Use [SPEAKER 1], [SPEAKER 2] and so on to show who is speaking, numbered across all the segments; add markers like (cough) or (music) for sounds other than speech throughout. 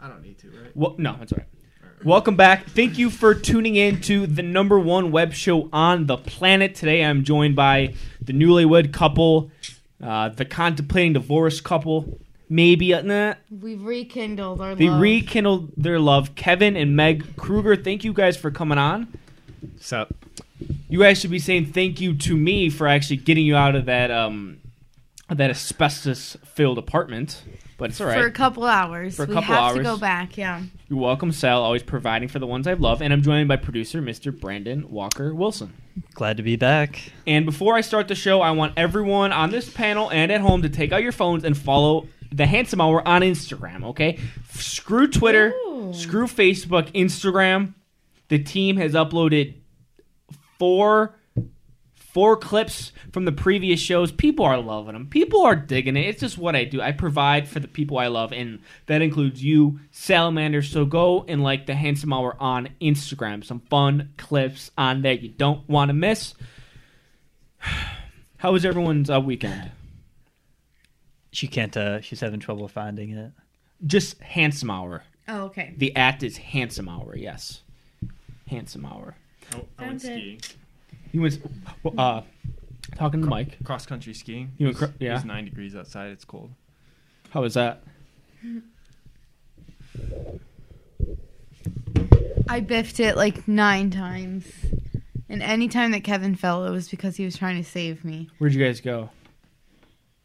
[SPEAKER 1] I don't need to, right?
[SPEAKER 2] Well, no, that's all right. Welcome back. Thank you for tuning in to the number one web show on the planet. Today I'm joined by the newlywed couple, uh, the contemplating divorce couple, maybe, uh, nah,
[SPEAKER 3] We've rekindled our
[SPEAKER 2] they
[SPEAKER 3] love.
[SPEAKER 2] rekindled their love, Kevin and Meg Kruger. Thank you guys for coming on.
[SPEAKER 4] Sup?
[SPEAKER 2] You guys should be saying thank you to me for actually getting you out of that um, that asbestos filled apartment. But it's all right.
[SPEAKER 3] for a couple hours.
[SPEAKER 2] For a
[SPEAKER 3] we
[SPEAKER 2] couple
[SPEAKER 3] have to
[SPEAKER 2] hours.
[SPEAKER 3] go back. Yeah.
[SPEAKER 2] You're welcome, Sal, always providing for the ones I love. And I'm joined by producer, Mr. Brandon Walker Wilson.
[SPEAKER 4] Glad to be back.
[SPEAKER 2] And before I start the show, I want everyone on this panel and at home to take out your phones and follow the Handsome Hour on Instagram, okay? Screw Twitter,
[SPEAKER 3] Ooh.
[SPEAKER 2] screw Facebook, Instagram. The team has uploaded four four clips from the previous shows. People are loving them. People are digging it. It's just what I do. I provide for the people I love, and that includes you, Salamander. So go and like the Handsome Hour on Instagram. Some fun clips on there you don't want to miss. How was everyone's uh, weekend?
[SPEAKER 4] She can't. uh She's having trouble finding it.
[SPEAKER 2] Just Handsome Hour.
[SPEAKER 3] Oh, okay.
[SPEAKER 2] The act is Handsome Hour. Yes, Handsome Hour.
[SPEAKER 1] Oh, I went
[SPEAKER 3] Sounds good.
[SPEAKER 1] skiing.
[SPEAKER 2] You went uh, talking to Mike.
[SPEAKER 1] Cross country skiing.
[SPEAKER 2] You went cro-
[SPEAKER 1] It's-
[SPEAKER 2] yeah.
[SPEAKER 1] It's nine degrees outside. It's cold.
[SPEAKER 2] How was that?
[SPEAKER 3] I biffed it like nine times, and any time that Kevin fell, it was because he was trying to save me.
[SPEAKER 2] Where'd you guys go?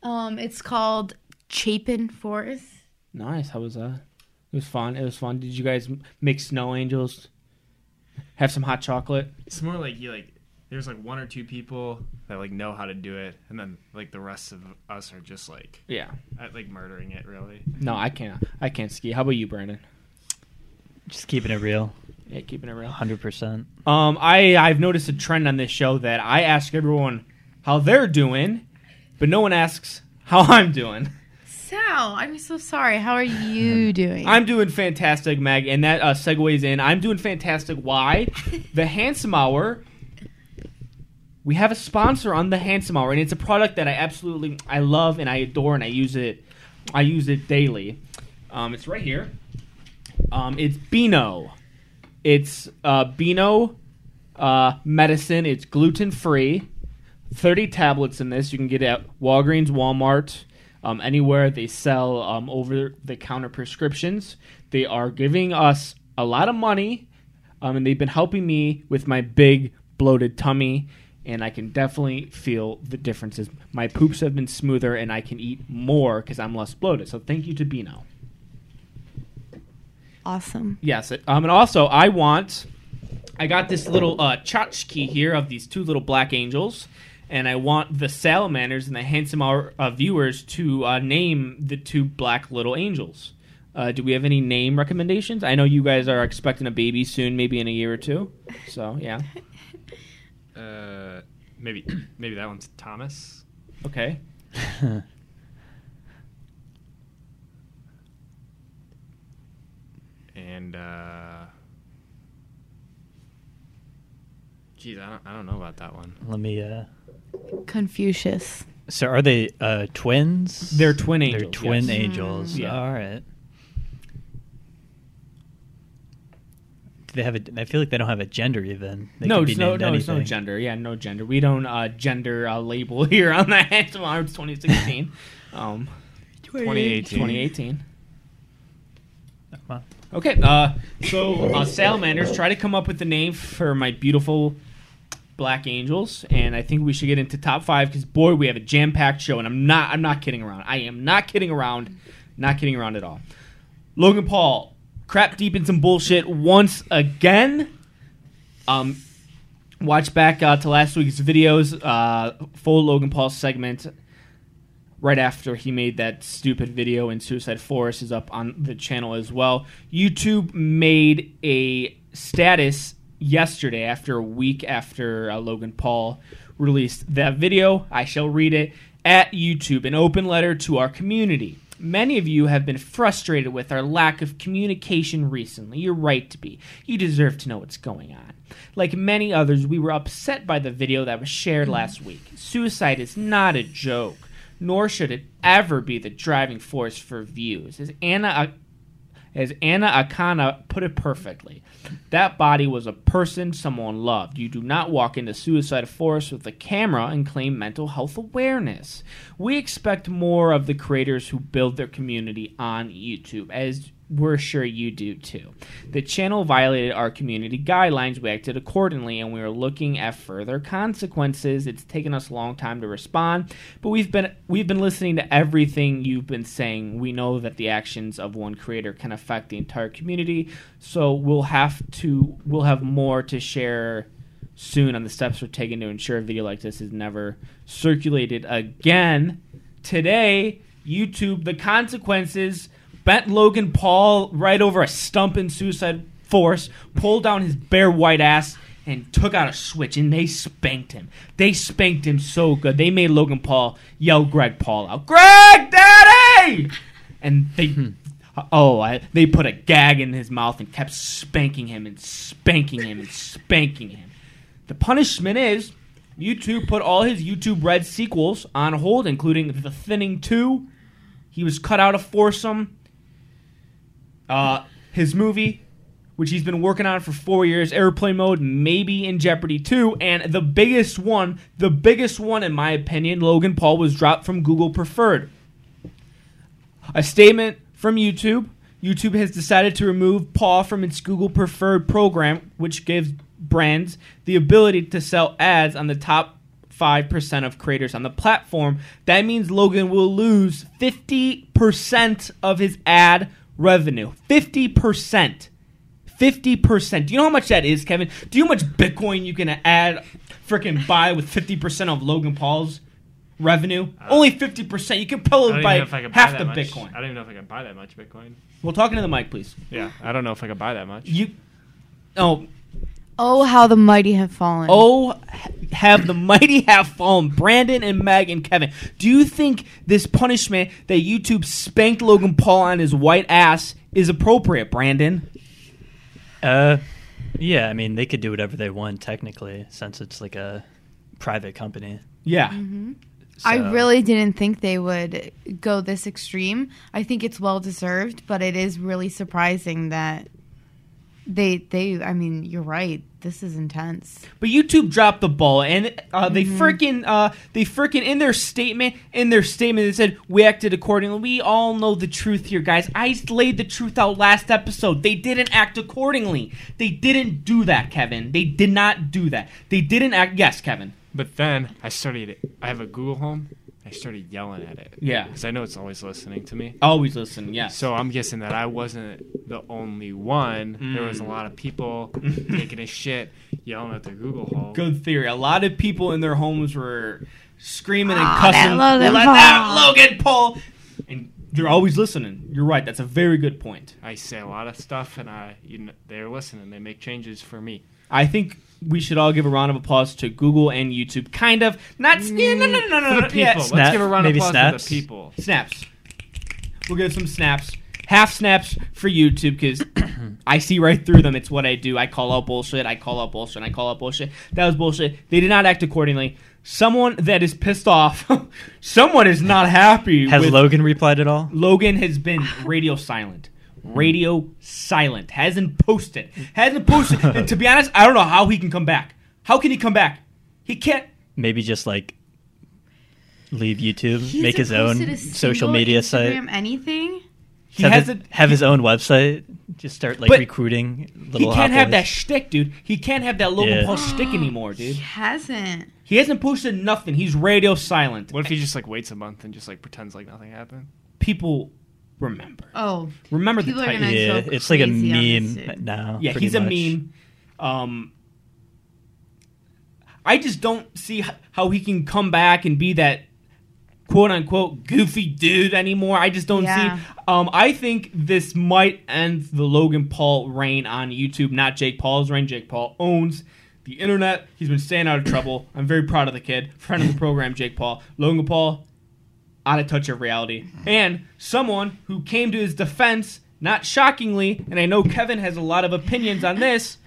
[SPEAKER 3] Um, it's called Chapin Forest.
[SPEAKER 2] Nice. How was that? It was fun. It was fun. Did you guys m- make snow angels? Have some hot chocolate.
[SPEAKER 1] It's more like you like. There's like one or two people that like know how to do it, and then like the rest of us are just like
[SPEAKER 2] Yeah.
[SPEAKER 1] at, like murdering it. Really,
[SPEAKER 2] No, I can't. I can't ski. How about you, Brandon?
[SPEAKER 4] Just keeping it real,
[SPEAKER 2] Yeah, keeping it real.
[SPEAKER 4] hundred percent. (laughs)
[SPEAKER 2] Um, I I've noticed a trend on this show that I ask everyone how they're doing, but no one asks how I'm doing.
[SPEAKER 3] Sal, I'm so sorry. How are you doing?
[SPEAKER 2] (laughs) I'm doing fantastic, Meg, and that uh, segues in. I'm doing fantastic. Why? The Handsome Hour. We have a sponsor on the Handsome Hour, and it's a product that I absolutely I love and I adore, and I use it. I use it daily. Um, it's right here. Um, it's Beano. It's uh, Beano uh, medicine. It's gluten free. 30 tablets in this. You can get it at Walgreens, Walmart, um, anywhere they sell um, over the counter prescriptions. They are giving us a lot of money, um, and they've been helping me with my big bloated tummy. And I can definitely feel the differences. My poops have been smoother, and I can eat more because I'm less bloated. So thank you to Beano.
[SPEAKER 3] awesome.
[SPEAKER 2] Yes. it- Um, and also, I want. I got this little uh, tchotchke here of these two little black angels, and I want the salamanders and the handsome hour, uh, viewers to uh, name the two black little angels. Uh, do we have any name recommendations? I know you guys are expecting a baby soon, maybe in a year or two. So
[SPEAKER 4] (laughs)
[SPEAKER 2] yeah,
[SPEAKER 1] uh, maybe (clears throat) maybe that one's Thomas.
[SPEAKER 2] okay.
[SPEAKER 1] And uh Jeez, I don't, I don't know about that one.
[SPEAKER 4] Let me. uh
[SPEAKER 3] Confucius.
[SPEAKER 4] So are they uh twins?
[SPEAKER 2] They're twin
[SPEAKER 4] They're
[SPEAKER 2] angels,
[SPEAKER 4] twin
[SPEAKER 2] yes.
[SPEAKER 4] angels.
[SPEAKER 2] Mm. Yeah.
[SPEAKER 4] All right. Do they have a? I feel like they don't have a gender even. They
[SPEAKER 2] no,
[SPEAKER 4] could be
[SPEAKER 2] it's no,
[SPEAKER 4] named
[SPEAKER 2] no, it's no
[SPEAKER 4] anything.
[SPEAKER 2] gender. Yeah, no gender. We don't uh, gender uh, label (laughs) here on the handsome hour. It's
[SPEAKER 4] (laughs)
[SPEAKER 2] 2016, um,
[SPEAKER 1] 2018.
[SPEAKER 2] 2018.
[SPEAKER 4] Well,
[SPEAKER 2] Okay, uh, so uh, salamanders try to come up with the name for my beautiful black angels, and I think we should get into top five because boy, we have a jam-packed show, and I'm not, I'm not kidding around. I am not kidding around, not kidding around at all. Logan Paul, crap deep in some bullshit once again. Um, watch back uh, to last week's videos, uh, full Logan Paul segment right after he made that stupid video in Suicide Forest is up on the channel as well. YouTube made a status yesterday after a week after uh, Logan Paul released that video. I shall read it at YouTube, an open letter to our community. Many of you have been frustrated with our lack of communication recently. You're right to be. You deserve to know what's going on. Like many others, we were upset by the video that was shared last week. Suicide is not a joke nor should it ever be the driving force for views. As anti, as Anna Akana put it perfectly. That body was a person someone loved. You do not walk into Suicide Forest with a camera and claim mental health awareness. We expect more of the creators who build their community on YouTube, as we're sure you do too. The channel violated our community guidelines. We acted accordingly, and we are looking at further consequences. It's taken us a long time to respond, but we've been we've been listening to everything you've been saying. We know that the actions of one creator can affect the entire community, so we'll have to we'll have more to share soon on the steps we're taking to ensure a video like this is never circulated again. Today, YouTube, the consequences bent Logan Paul right over a stump in Suicide Force, pulled down his bare white ass, and took out a switch, and they spanked him. They spanked him so good. They made Logan Paul yell Greg Paul out, Greg Daddy! And they. Oh, I, they put a gag in his mouth and kept spanking him and spanking him and spanking him. The punishment is YouTube put all his YouTube Red sequels on hold, including The Thinning 2. He was cut out of foursome. Uh, his movie, which he's been working on for four years, Airplane Mode, maybe in Jeopardy 2. And the biggest one, the biggest one, in my opinion, Logan Paul was dropped from Google Preferred. A statement from YouTube. YouTube has decided to remove Paul from its Google Preferred program, which gives brands the ability to sell ads on the top 5% of creators on the platform. That means Logan will lose 50% of his ad revenue. 50%. 50%. Do you know how much that is, Kevin? Do you know how much Bitcoin you can add, freaking buy with 50% of Logan Paul's revenue? Only 50%. You
[SPEAKER 1] Uh,
[SPEAKER 2] can
[SPEAKER 1] I don't
[SPEAKER 2] probably
[SPEAKER 1] even
[SPEAKER 2] buy
[SPEAKER 1] know if I could buy
[SPEAKER 2] half
[SPEAKER 1] that
[SPEAKER 2] the
[SPEAKER 1] much.
[SPEAKER 2] Bitcoin.
[SPEAKER 1] I don't even know if I can buy that much Bitcoin.
[SPEAKER 2] Well, talking to the mic, please.
[SPEAKER 1] Yeah, I don't know if I could buy that much.
[SPEAKER 2] You. Oh,
[SPEAKER 3] Oh, how the mighty have fallen.
[SPEAKER 2] Oh, h- have the mighty have fallen. Brandon and Meg and Kevin. Do you think this punishment that YouTube spanked Logan Paul on his white ass is appropriate, Brandon?
[SPEAKER 4] Uh, yeah. I mean, they could do whatever they want technically, since it's like a private company.
[SPEAKER 2] Yeah.
[SPEAKER 3] I
[SPEAKER 4] So-
[SPEAKER 3] really didn't think they would go this extreme. I think it's well deserved, but it is really surprising that they they I mean, you're right. This is intense.
[SPEAKER 2] But YouTube dropped the ball, and uh, they
[SPEAKER 3] Mm-hmm.
[SPEAKER 2] freaking uh, they freaking in their statement in their statement they said we acted accordingly. We all know the truth here, guys. I laid the truth out last episode. They didn't act accordingly. They didn't do that, Kevin. They did not do that. They didn't act. Yes, Kevin.
[SPEAKER 1] But then I started. I have a Google Home. I started yelling at it
[SPEAKER 2] Yeah.
[SPEAKER 1] because I know it's always listening to me.
[SPEAKER 2] Always listen. Yes.
[SPEAKER 1] So I'm guessing that I wasn't the only one. There was a lot of people taking a shit, yelling at their Google Home.
[SPEAKER 2] Good theory. A lot of people in their homes were screaming and
[SPEAKER 3] Ah,
[SPEAKER 2] cussing.
[SPEAKER 3] that Logan
[SPEAKER 2] Let
[SPEAKER 3] Paul."
[SPEAKER 2] that Logan Paul. And they're always listening. You're right. That's a very good point.
[SPEAKER 1] I say a lot of stuff, and I you know, they're listening. They make changes for me.
[SPEAKER 2] I think we should all give a round of applause to Google and YouTube. Kind of. Not. Yeah, no, no, no, no, no.
[SPEAKER 1] For the people,
[SPEAKER 2] no, Uh, yeah.
[SPEAKER 1] let's
[SPEAKER 4] Snap-
[SPEAKER 1] give a round of
[SPEAKER 4] maybe
[SPEAKER 1] applause
[SPEAKER 4] snaps?
[SPEAKER 1] to the people.
[SPEAKER 2] Snaps. We'll give some snaps. Half snaps for YouTube because (clears throat) I see right through them. It's what I do. I call out bullshit. I call out bullshit. I call out bullshit. That was bullshit. They did not act accordingly. Someone that is pissed off. (laughs) someone is not happy.
[SPEAKER 4] Has
[SPEAKER 2] with-
[SPEAKER 4] Logan replied at all?
[SPEAKER 2] Logan has
[SPEAKER 3] (sighs)
[SPEAKER 2] been radio silent. Radio silent. Hasn't posted. Hasn't posted. and to be honest, I don't know how he can come back. How can he come back? He can't.
[SPEAKER 4] Maybe just like leave YouTube,
[SPEAKER 3] He
[SPEAKER 4] make his
[SPEAKER 3] hasn't posted
[SPEAKER 4] own
[SPEAKER 3] a
[SPEAKER 4] social
[SPEAKER 3] single
[SPEAKER 4] media
[SPEAKER 3] Instagram,
[SPEAKER 4] site,
[SPEAKER 3] anything?
[SPEAKER 2] He
[SPEAKER 4] have, his,
[SPEAKER 2] hasn't.
[SPEAKER 4] have his own website, just start like
[SPEAKER 2] But
[SPEAKER 4] recruiting
[SPEAKER 2] He
[SPEAKER 4] little.
[SPEAKER 2] can't
[SPEAKER 4] hot
[SPEAKER 2] have
[SPEAKER 4] boys.
[SPEAKER 2] that shtick, dude. He can't have that Logan
[SPEAKER 4] Yeah.
[SPEAKER 2] Paul
[SPEAKER 3] Ah,
[SPEAKER 2] shtick anymore, dude.
[SPEAKER 3] He hasn't.
[SPEAKER 2] He hasn't posted nothing. He's radio silent.
[SPEAKER 1] What if he just like waits a month and just like pretends like nothing happened?
[SPEAKER 2] People remember.
[SPEAKER 3] Oh.
[SPEAKER 2] Remember
[SPEAKER 3] People
[SPEAKER 2] the
[SPEAKER 3] are
[SPEAKER 2] title.
[SPEAKER 3] gonna-
[SPEAKER 4] yeah,
[SPEAKER 3] so
[SPEAKER 4] it's like a
[SPEAKER 3] crazy on this
[SPEAKER 4] meme
[SPEAKER 3] dude.
[SPEAKER 4] now.
[SPEAKER 2] Yeah,
[SPEAKER 4] pretty
[SPEAKER 2] he's
[SPEAKER 4] much.
[SPEAKER 2] a meme. Um, I just don't see h- how he can come back and be that quote unquote goofy dude anymore. I just don't
[SPEAKER 3] Yeah.
[SPEAKER 2] see. Um, I think this might end the Logan Paul reign on YouTube, not Jake Paul's reign. Jake Paul owns the internet. He's been staying out of trouble. I'm very proud of the kid, friend
[SPEAKER 4] (laughs)
[SPEAKER 2] of the program, Jake Paul. Logan Paul, out of touch of reality. And someone who came to his defense, not shockingly, and I know Kevin has a lot of opinions on this,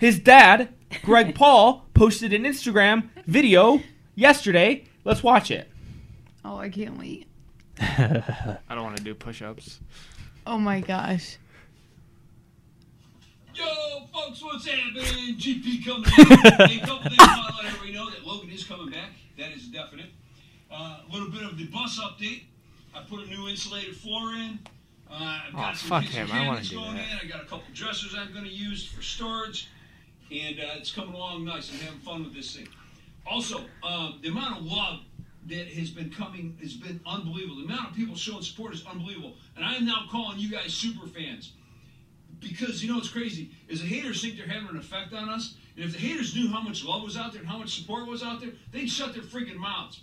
[SPEAKER 2] his dad, Greg Paul, posted an Instagram video yesterday. Let's watch it.
[SPEAKER 3] Oh, I can't wait.
[SPEAKER 4] (laughs)
[SPEAKER 1] I don't want to do push-ups.
[SPEAKER 3] Oh my gosh.
[SPEAKER 5] folks, what's happening? GP coming in. a couple things I'll let everybody know that Logan is coming back. That is definite. uh, A little bit of the bus update. I put a new insulated floor in. Uh, I've got
[SPEAKER 1] Oh,
[SPEAKER 5] some
[SPEAKER 1] fuck
[SPEAKER 5] pieces
[SPEAKER 1] him.
[SPEAKER 5] of
[SPEAKER 1] I wanna
[SPEAKER 5] cabinets
[SPEAKER 1] do
[SPEAKER 5] going
[SPEAKER 1] that.
[SPEAKER 5] in. I got a couple dressers I'm going to use for storage, and uh, it's coming along nice. I'm having fun with this thing. Also, um, the amount of love that has been coming has been unbelievable. The amount of people showing support is unbelievable, and I am now calling you guys super fans because you know what's crazy is the haters think they're having an effect on us, and if the haters knew how much love was out there and how much support was out there, they'd shut their freaking mouths.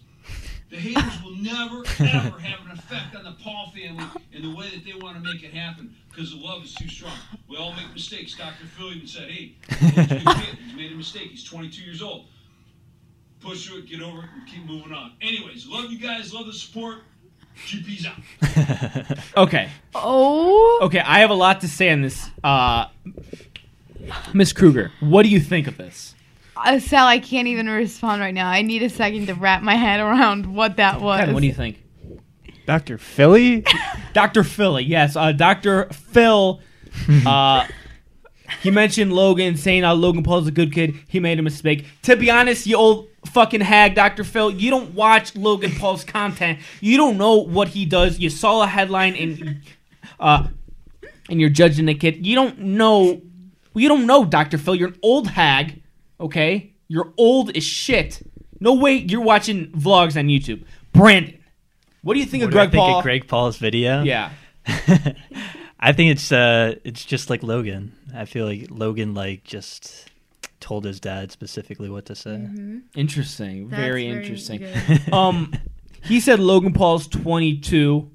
[SPEAKER 5] The haters will
[SPEAKER 6] (laughs)
[SPEAKER 5] never, ever have an effect on the Paul family in the way that they want to make it happen because the love is too strong. We all make mistakes. Dr. Phil even said, hey,
[SPEAKER 6] (laughs)
[SPEAKER 5] Logan's a good kid. he's made a mistake. He's 22 years old. Push through it, get over it, and keep moving on. Anyways, love you guys, love the support. GP's out.
[SPEAKER 2] Okay.
[SPEAKER 3] Oh,
[SPEAKER 2] Okay, I have a lot to say on this. Uh, Miss Kruger, what do you think of this?
[SPEAKER 3] uh, Sal, I can't even respond right now. I need a second to wrap my head around what that was.
[SPEAKER 2] Kevin, what do you think?
[SPEAKER 1] Dr. Philly?
[SPEAKER 2] Dr. Philly, yes. Uh, Dr. Phil,
[SPEAKER 4] (laughs)
[SPEAKER 2] uh, he mentioned Logan, saying uh, Logan Paul's a good kid. He made a mistake. To be honest, you old fucking hag, Dr. Phil, you don't watch Logan Paul's content. You don't know what he does. You saw a headline and uh, and you're judging the kid. You don't know. You don't know, Dr. Phil. You're an old hag, okay? You're old as shit. No way you're watching vlogs on YouTube. Brandon, what do you think
[SPEAKER 4] What
[SPEAKER 2] of
[SPEAKER 4] do I
[SPEAKER 2] Greg
[SPEAKER 4] think
[SPEAKER 2] Paul?
[SPEAKER 4] of Greg Paul's video?
[SPEAKER 2] yeah.
[SPEAKER 4] (laughs) I think it's uh it's just like Logan. I feel like Logan like just told his dad specifically what to say.
[SPEAKER 3] Mm-hmm.
[SPEAKER 4] (laughs)
[SPEAKER 2] Interesting.
[SPEAKER 3] That's
[SPEAKER 2] very, interesting.
[SPEAKER 3] good.
[SPEAKER 2] Um, he said Logan Paul's 22.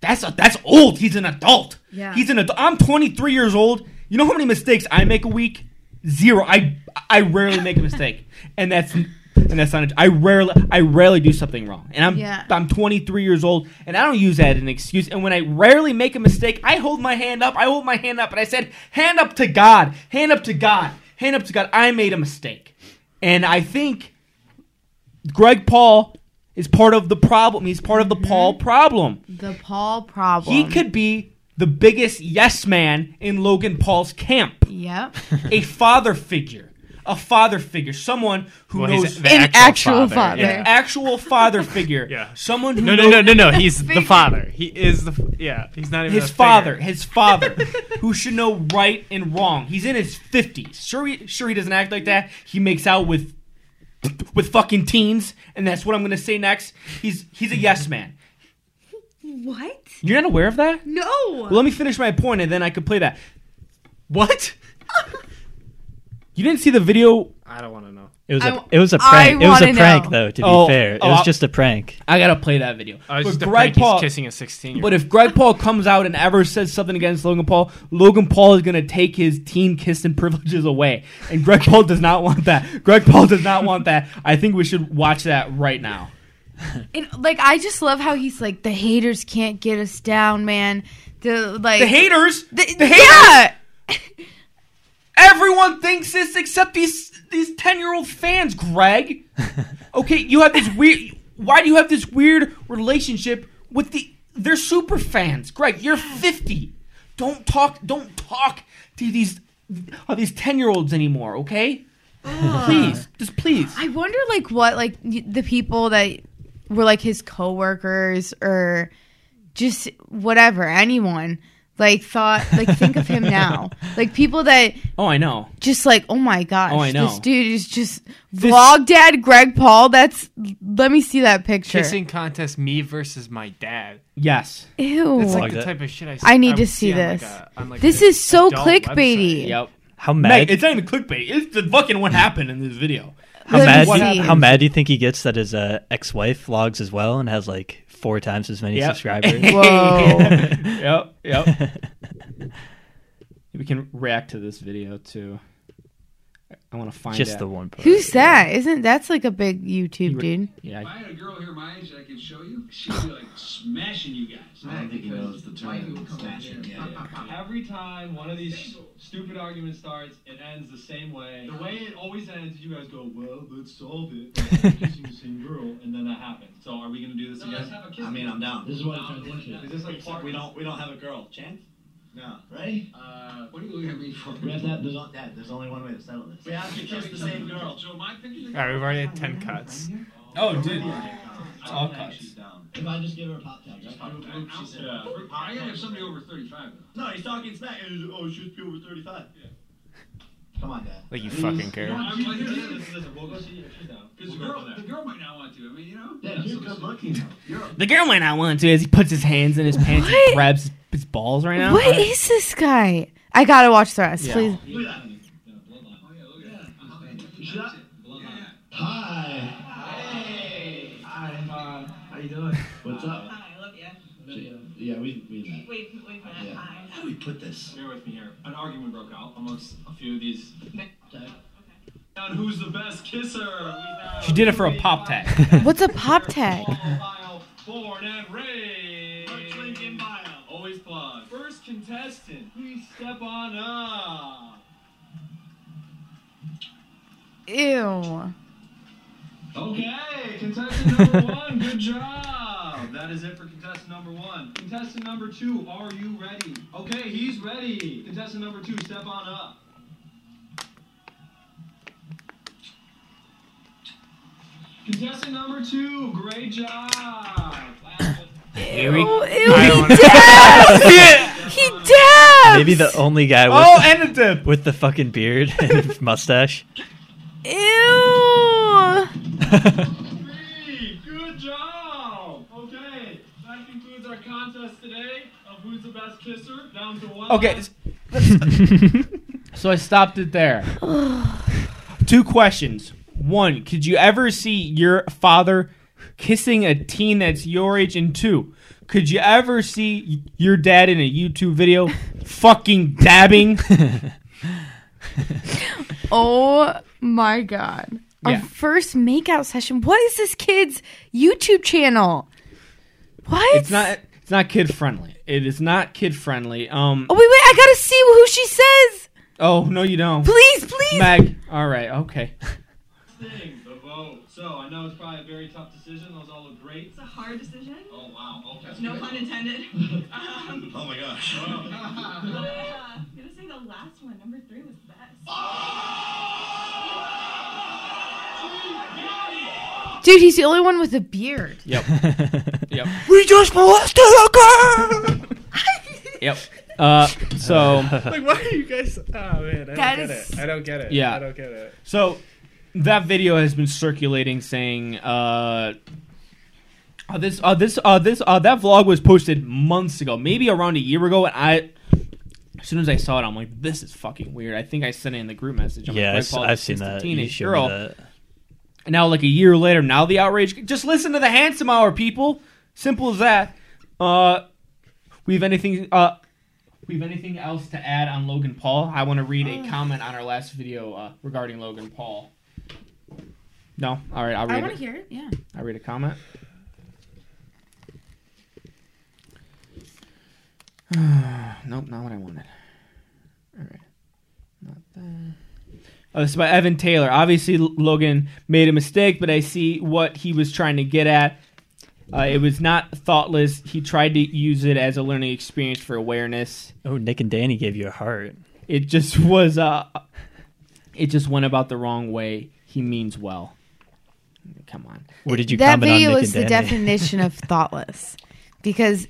[SPEAKER 2] That's a, that's old. He's an adult.
[SPEAKER 3] Yeah.
[SPEAKER 2] He's an adult. I'm 23 years old. You know how many mistakes I make a week? Zero. I I rarely make a
[SPEAKER 3] (laughs)
[SPEAKER 2] mistake, and that's and that's not. A, I rarely I rarely do something wrong, and I'm
[SPEAKER 3] Yeah.
[SPEAKER 2] (clears throat) I'm 23 years old, and I don't use that as an excuse. And when I rarely make a mistake, I hold my hand up. I hold my hand up, and I said, "Hand up to God. Hand up to God. Hand up to God. I made a mistake." And I think Greg Paul is part of the problem. He's part of the Paul problem.
[SPEAKER 3] The Paul Mm-hmm. problem.
[SPEAKER 2] He could be the biggest yes man in Logan Paul's camp.
[SPEAKER 3] Yep.
[SPEAKER 2] A father figure. A father figure. Someone who
[SPEAKER 1] Well, he's
[SPEAKER 2] knows
[SPEAKER 1] the
[SPEAKER 2] an
[SPEAKER 3] An actual father.
[SPEAKER 1] yeah.
[SPEAKER 2] actual father figure.
[SPEAKER 1] (laughs) Yeah.
[SPEAKER 2] Someone who
[SPEAKER 1] No, no,
[SPEAKER 2] knows
[SPEAKER 1] no, no, no. He's the
[SPEAKER 3] Figure.
[SPEAKER 1] father. He is the. f- Yeah, he's not even a
[SPEAKER 2] his
[SPEAKER 1] figure.
[SPEAKER 2] father, his father, (laughs) who should know right and wrong. He's in his fifties. Sure, he, sure he doesn't act like that. He makes out with with fucking teens, and that's what I'm gonna say next. He's he's a yes man.
[SPEAKER 3] (laughs) What?
[SPEAKER 2] You're not aware of that?
[SPEAKER 3] No.
[SPEAKER 2] Well, let me finish my point and then I could play that. What? you didn't see the video?
[SPEAKER 1] I don't want to know.
[SPEAKER 4] It was a
[SPEAKER 3] I-
[SPEAKER 4] it was a
[SPEAKER 3] I
[SPEAKER 4] prank. It was a
[SPEAKER 3] wanna
[SPEAKER 4] prank
[SPEAKER 3] know.
[SPEAKER 4] though, to be
[SPEAKER 2] Oh,
[SPEAKER 4] fair. It
[SPEAKER 2] oh,
[SPEAKER 4] was
[SPEAKER 2] I-
[SPEAKER 4] just a prank.
[SPEAKER 2] I gotta play that video.
[SPEAKER 1] I was
[SPEAKER 2] But
[SPEAKER 1] just a
[SPEAKER 2] Greg
[SPEAKER 1] prank.
[SPEAKER 2] Paul-
[SPEAKER 1] He's kissing a 16 year
[SPEAKER 2] But
[SPEAKER 1] old.
[SPEAKER 2] if Greg Paul comes out and ever says something against Logan Paul, Logan Paul is going to take his teen kissing privileges away. And Greg Paul does not want that. Greg Paul does not want that. I think we should watch that right now.
[SPEAKER 3] And, like I just love how he's like the haters can't get us down, man. The like
[SPEAKER 2] The haters,
[SPEAKER 3] The,
[SPEAKER 2] the haters,
[SPEAKER 3] Yeah.
[SPEAKER 2] everyone thinks this except these these 10-year-old fans, Greg. (laughs) Okay, you have this weird why do you have this weird relationship with the they're super fans. Greg, you're 50. Don't talk don't talk to these uh, these 10-year-olds anymore, okay? Please, just please.
[SPEAKER 3] I wonder like what like y- the people that were like his coworkers or just whatever anyone like thought like think of
[SPEAKER 2] (laughs)
[SPEAKER 3] him now like people that
[SPEAKER 2] Oh, I know.
[SPEAKER 3] just like oh my gosh
[SPEAKER 2] Oh, I know.
[SPEAKER 3] this dude is just vlog dad greg paul that's let me see that picture
[SPEAKER 1] Kissing contest, me versus my dad.
[SPEAKER 2] Yes.
[SPEAKER 3] ew
[SPEAKER 1] That's like
[SPEAKER 4] Like
[SPEAKER 1] the
[SPEAKER 4] that.
[SPEAKER 1] type of shit I. s-
[SPEAKER 3] I need
[SPEAKER 1] I
[SPEAKER 3] to
[SPEAKER 1] would
[SPEAKER 3] see
[SPEAKER 1] on, like,
[SPEAKER 3] this.
[SPEAKER 1] a- on, like,
[SPEAKER 3] This
[SPEAKER 1] an
[SPEAKER 3] is so
[SPEAKER 1] adult
[SPEAKER 3] clickbaity.
[SPEAKER 1] website.
[SPEAKER 2] Yep.
[SPEAKER 4] How
[SPEAKER 2] Meg,
[SPEAKER 4] mad
[SPEAKER 2] it's not even clickbait. It's the fucking what happened in this video.
[SPEAKER 4] how
[SPEAKER 3] Let me
[SPEAKER 4] mad
[SPEAKER 3] see.
[SPEAKER 4] do you- how mad do you think he gets that his uh, ex wife vlogs as well and has like four times as many
[SPEAKER 2] Yep. (laughs)
[SPEAKER 4] subscribers?
[SPEAKER 3] whoa
[SPEAKER 2] yep, yep. (laughs) we can react to this video too. I want to find
[SPEAKER 4] just
[SPEAKER 2] out.
[SPEAKER 4] the one part.
[SPEAKER 3] who's
[SPEAKER 4] (laughs)
[SPEAKER 3] that isn't that's like a big youtube dude
[SPEAKER 2] yeah.
[SPEAKER 5] If I had a girl here my age that I could show you, she'd be like smashing you guys.
[SPEAKER 7] I don't think he knows the term
[SPEAKER 5] Why you come
[SPEAKER 7] smashing,
[SPEAKER 5] at me?
[SPEAKER 7] yeah, yeah.
[SPEAKER 6] Every time one of these stupid arguments starts, it ends the same way. The way it always ends, you guys go, "Well, let's solve it." by Kissing the same girl, and then that happens. So, are we gonna do this
[SPEAKER 5] No, let's
[SPEAKER 6] again?
[SPEAKER 5] have a kiss.
[SPEAKER 7] I mean, I'm down.
[SPEAKER 6] This is what I'm trying to
[SPEAKER 5] Is
[SPEAKER 6] Is this like part- we don't we don't have a girl chance?
[SPEAKER 7] No. Ready?
[SPEAKER 6] Uh, what are you looking at me for?
[SPEAKER 7] We have that. There's, on, Dad, there's only one way to settle this.
[SPEAKER 6] We have to kiss the same girl.
[SPEAKER 5] So my picture.
[SPEAKER 1] All right, we've already had ten (laughs) cuts.
[SPEAKER 2] Oh, dude.
[SPEAKER 6] It's
[SPEAKER 2] all
[SPEAKER 6] cuts.
[SPEAKER 7] If I just give her a pop tap, just pop
[SPEAKER 5] I'm,
[SPEAKER 7] tap.
[SPEAKER 5] I'm,
[SPEAKER 7] She said,
[SPEAKER 6] Yeah.
[SPEAKER 5] I gotta have somebody over 35 though.
[SPEAKER 7] No, he's talking smack. He was, Oh, she should be over 35.
[SPEAKER 5] Yeah.
[SPEAKER 7] Come on, Dad.
[SPEAKER 1] Like you fucking care.
[SPEAKER 6] I'm like, listen, listen, we'll go see if she's down.
[SPEAKER 5] Because the
[SPEAKER 6] We'll go
[SPEAKER 5] girl,
[SPEAKER 6] for
[SPEAKER 5] the
[SPEAKER 6] that.
[SPEAKER 5] girl might not want to. I mean, you know.
[SPEAKER 7] Dad, you're good looking. though. You're a
[SPEAKER 2] The girl might not want to as he puts his hands in his pants
[SPEAKER 3] What?
[SPEAKER 2] and grabs his, his balls right now.
[SPEAKER 3] What is this guy? I gotta watch the rest,
[SPEAKER 2] Yeah.
[SPEAKER 3] please.
[SPEAKER 7] Look at that.
[SPEAKER 5] Oh yeah, look at that.
[SPEAKER 7] Should I-
[SPEAKER 5] Yeah, yeah.
[SPEAKER 7] Hi. Hey. Hi, Mom. How you doing? What's up?
[SPEAKER 8] Hi, I love you.
[SPEAKER 7] She- yeah, we we
[SPEAKER 8] We've, we've met.
[SPEAKER 7] Yeah.
[SPEAKER 8] Hi.
[SPEAKER 7] How do we put this?
[SPEAKER 6] Bear with me here. An argument broke out amongst a few of these.
[SPEAKER 7] Okay.
[SPEAKER 6] On who's the best kisser? We have-
[SPEAKER 2] She did it for a pop tag.
[SPEAKER 4] (laughs)
[SPEAKER 3] What's a pop tag?
[SPEAKER 6] File Born and raised.
[SPEAKER 7] First link in bio.
[SPEAKER 6] Always plug. First contestant, please step on up.
[SPEAKER 3] Ew.
[SPEAKER 6] Okay, contestant number one, good job. That is it for contestant number one. Contestant number two, are you ready? Okay, he's ready. Contestant number two, step on up. Contestant number two, great job. Wow.
[SPEAKER 2] Here we-
[SPEAKER 3] Oh, ew,
[SPEAKER 1] I
[SPEAKER 3] he
[SPEAKER 1] wanna-
[SPEAKER 2] (laughs)
[SPEAKER 3] dabs! he dabs!
[SPEAKER 4] Maybe the only guy with,
[SPEAKER 2] Oh, and a (laughs) dip.
[SPEAKER 4] with the fucking beard (laughs)
[SPEAKER 2] (laughs)
[SPEAKER 4] and mustache.
[SPEAKER 3] Ew!
[SPEAKER 6] Three, good job. Okay, that concludes our contest today of who's the best kisser. Down to one.
[SPEAKER 2] Okay.
[SPEAKER 6] last-
[SPEAKER 2] s- (laughs) So I stopped it there. (sighs) Two questions. One, could you ever see your father kissing a teen that's your age? And two, could you ever see y- your dad in a YouTube (laughs) video fucking (laughs) dabbing?
[SPEAKER 3] Oh my god. Our
[SPEAKER 2] Yeah.
[SPEAKER 3] first makeout session. What is this kid's YouTube channel? What?
[SPEAKER 2] It's not. It's not kid friendly. It is not kid friendly. Um.
[SPEAKER 3] Oh, wait, wait, I gotta see who she says!
[SPEAKER 2] Oh no, you don't.
[SPEAKER 3] Please, please!
[SPEAKER 2] Meg. All right. Okay.
[SPEAKER 6] thing, the vote. So I know it's probably a very tough decision. Those all look great.
[SPEAKER 8] It's a hard decision.
[SPEAKER 6] Oh wow. Okay.
[SPEAKER 8] No pun intended.
[SPEAKER 6] (laughs)
[SPEAKER 8] um,
[SPEAKER 7] Oh my
[SPEAKER 8] (laughs)
[SPEAKER 7] gosh.
[SPEAKER 8] but, uh, I'm gonna say the last one, number three, was the best.
[SPEAKER 3] Dude, he's the only one with a beard.
[SPEAKER 2] Yep. Yep.
[SPEAKER 4] We just molested a girl.
[SPEAKER 2] Yep. Uh. So.
[SPEAKER 1] Like, why are you guys? Oh man, I don't
[SPEAKER 3] That
[SPEAKER 1] get
[SPEAKER 3] is-
[SPEAKER 1] it. I don't get it.
[SPEAKER 2] Yeah.
[SPEAKER 1] I don't get it.
[SPEAKER 2] So that video has been circulating saying uh oh, this uh, this uh, this uh, that vlog was posted months ago, maybe around a year ago and I as soon as I saw it I'm like this is fucking weird. I think I sent it in the group message. I'm
[SPEAKER 4] (laughs)
[SPEAKER 2] like,
[SPEAKER 4] Yeah, I
[SPEAKER 2] Ray
[SPEAKER 4] s-
[SPEAKER 2] Paul
[SPEAKER 4] I've
[SPEAKER 2] just
[SPEAKER 4] seen
[SPEAKER 2] kissed a
[SPEAKER 4] that. You
[SPEAKER 2] Teenage
[SPEAKER 4] showed
[SPEAKER 2] girl.
[SPEAKER 4] me that.
[SPEAKER 2] And Now like a year later, now the outrage just listen to the handsome hour people. Simple as that. Uh we've anything uh We've anything else to add on Logan Paul? I want to read
[SPEAKER 3] Uh.
[SPEAKER 2] a comment on our last video uh, regarding Logan Paul. No, all right, I'll
[SPEAKER 3] I
[SPEAKER 2] read.
[SPEAKER 3] wanna
[SPEAKER 2] it.
[SPEAKER 3] hear it, yeah.
[SPEAKER 2] I read a comment. (sighs) nope, not what I wanted. All right, not that. Oh, this is by Evan Taylor. Obviously, L- Logan made a mistake, but I see what he was trying to get at. Uh, it was not thoughtless. He tried to use it as a learning experience for awareness.
[SPEAKER 4] Oh, Nick and Danny gave you a heart.
[SPEAKER 2] It just (laughs) was. Uh, it just went about the wrong way. He means well. Come on.
[SPEAKER 4] What did you
[SPEAKER 3] that
[SPEAKER 4] comment on Nick
[SPEAKER 3] video
[SPEAKER 4] and
[SPEAKER 3] is the
[SPEAKER 4] Danny?
[SPEAKER 3] definition of thoughtless because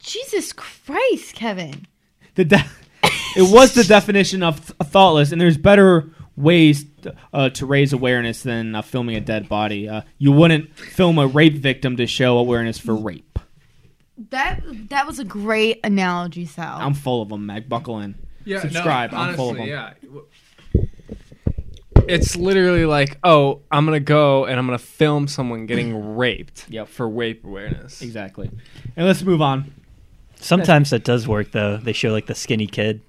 [SPEAKER 3] jesus christ kevin
[SPEAKER 2] the de- (laughs) it was the definition of th- thoughtless and there's better ways t- uh, to raise awareness than uh, filming a dead body uh, you wouldn't film a rape victim to show awareness for rape
[SPEAKER 3] that that was a great analogy sal
[SPEAKER 2] i'm full of them meg buckle in
[SPEAKER 1] Yeah,
[SPEAKER 2] Subscribe, I'm full of them.
[SPEAKER 1] yeah. It's literally like, oh, I'm gonna go and I'm gonna film someone getting raped.
[SPEAKER 2] Yep.
[SPEAKER 1] For rape awareness.
[SPEAKER 2] exactly and let's move on
[SPEAKER 4] (laughs) Sometimes that does work though. They show like the skinny kid.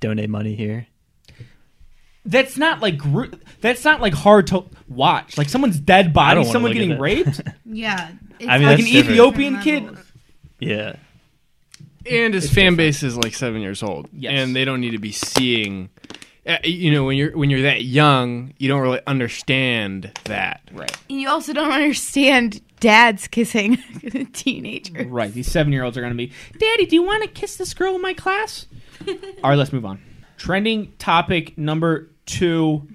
[SPEAKER 4] Donate money here.
[SPEAKER 2] that's not like gr- that's not like hard to watch like someone's dead
[SPEAKER 4] I
[SPEAKER 2] body
[SPEAKER 4] don't wanna
[SPEAKER 2] someone
[SPEAKER 4] look at
[SPEAKER 2] getting
[SPEAKER 4] that. (laughs)
[SPEAKER 2] raped
[SPEAKER 3] yeah it's
[SPEAKER 4] I mean,
[SPEAKER 2] like an
[SPEAKER 4] That's different.
[SPEAKER 2] ethiopian kid
[SPEAKER 4] Yeah.
[SPEAKER 1] And his fan base is like seven years old,
[SPEAKER 2] Yes.
[SPEAKER 1] and they don't need to be seeing. uh, You know, when you're when you're that young, you don't really understand that.
[SPEAKER 2] right
[SPEAKER 3] And you also don't understand dads kissing (laughs) a teenager. (laughs)
[SPEAKER 2] Right. These seven year olds are going to be, Daddy, do you want to kiss this girl in my class? All right, let's move on. Trending topic number two.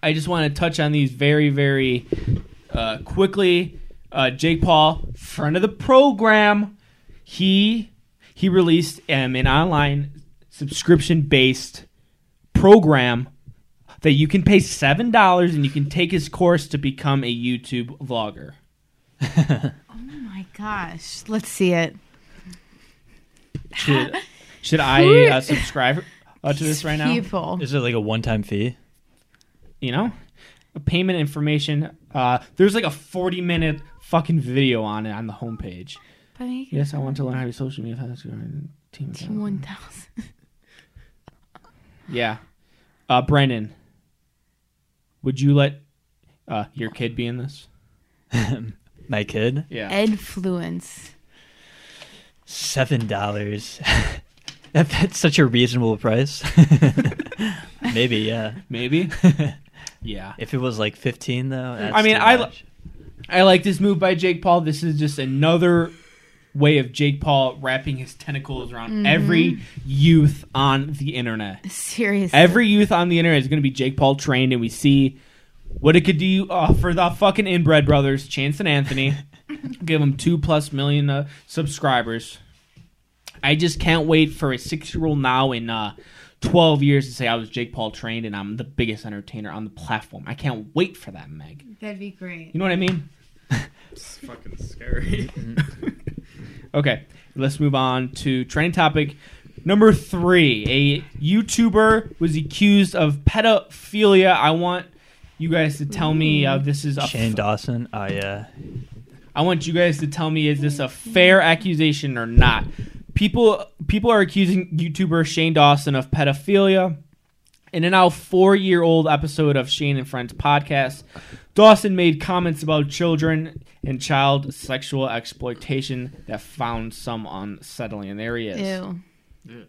[SPEAKER 2] I just want to touch on these very, very uh, quickly. Uh, Jake Paul, friend of the program, he he released um, an online subscription based program that you can pay seven dollars and you can take his course to become a YouTube vlogger.
[SPEAKER 3] Oh my gosh. Let's see it.
[SPEAKER 2] Should, should I uh, subscribe uh, to this right now?
[SPEAKER 3] People.
[SPEAKER 4] Is it like a one-time fee?
[SPEAKER 2] you know payment information uh there's like a 40 minute fucking video on it on the homepage yes i want to learn how to social media how to team account.
[SPEAKER 3] 1,000.
[SPEAKER 2] yeah uh brennan would you let uh your kid be in this
[SPEAKER 4] My kid,
[SPEAKER 2] yeah
[SPEAKER 3] Influence.
[SPEAKER 4] seven dollars. (laughs) that, that's such a reasonable price. (laughs) Maybe, yeah. (laughs)
[SPEAKER 2] maybe yeah
[SPEAKER 4] If it was like fifteen, though, that's
[SPEAKER 2] I mean,
[SPEAKER 4] too
[SPEAKER 2] I-
[SPEAKER 4] much.
[SPEAKER 2] i like this move by jake paul this is just another way of jake paul wrapping his tentacles around every youth on the internet
[SPEAKER 3] Seriously.
[SPEAKER 2] Every youth on the internet is going to be Jake Paul trained, and we see what it could do uh, for the fucking inbred brothers, Chance and Anthony. Give them two plus million uh, subscribers. I just can't wait for a six year old now in uh, 12 years to say I was Jake Paul trained and I'm the biggest entertainer on the platform. I can't wait for that, Meg.
[SPEAKER 3] That'd be great.
[SPEAKER 2] You know what I mean?
[SPEAKER 1] It's fucking scary.
[SPEAKER 2] (laughs) Okay, let's move on to trending topic number three. A YouTuber was accused of pedophilia. I want you guys to tell me uh, this is a.
[SPEAKER 4] Shane Dawson. Oh yeah,
[SPEAKER 2] I want you guys to tell me is this a fair accusation or not? People people are accusing YouTuber Shane Dawson of pedophilia. In a now four year old episode of Shane and Friends podcast, Dawson made comments about children and child sexual exploitation that found some unsettling. And there he is.
[SPEAKER 3] Ew.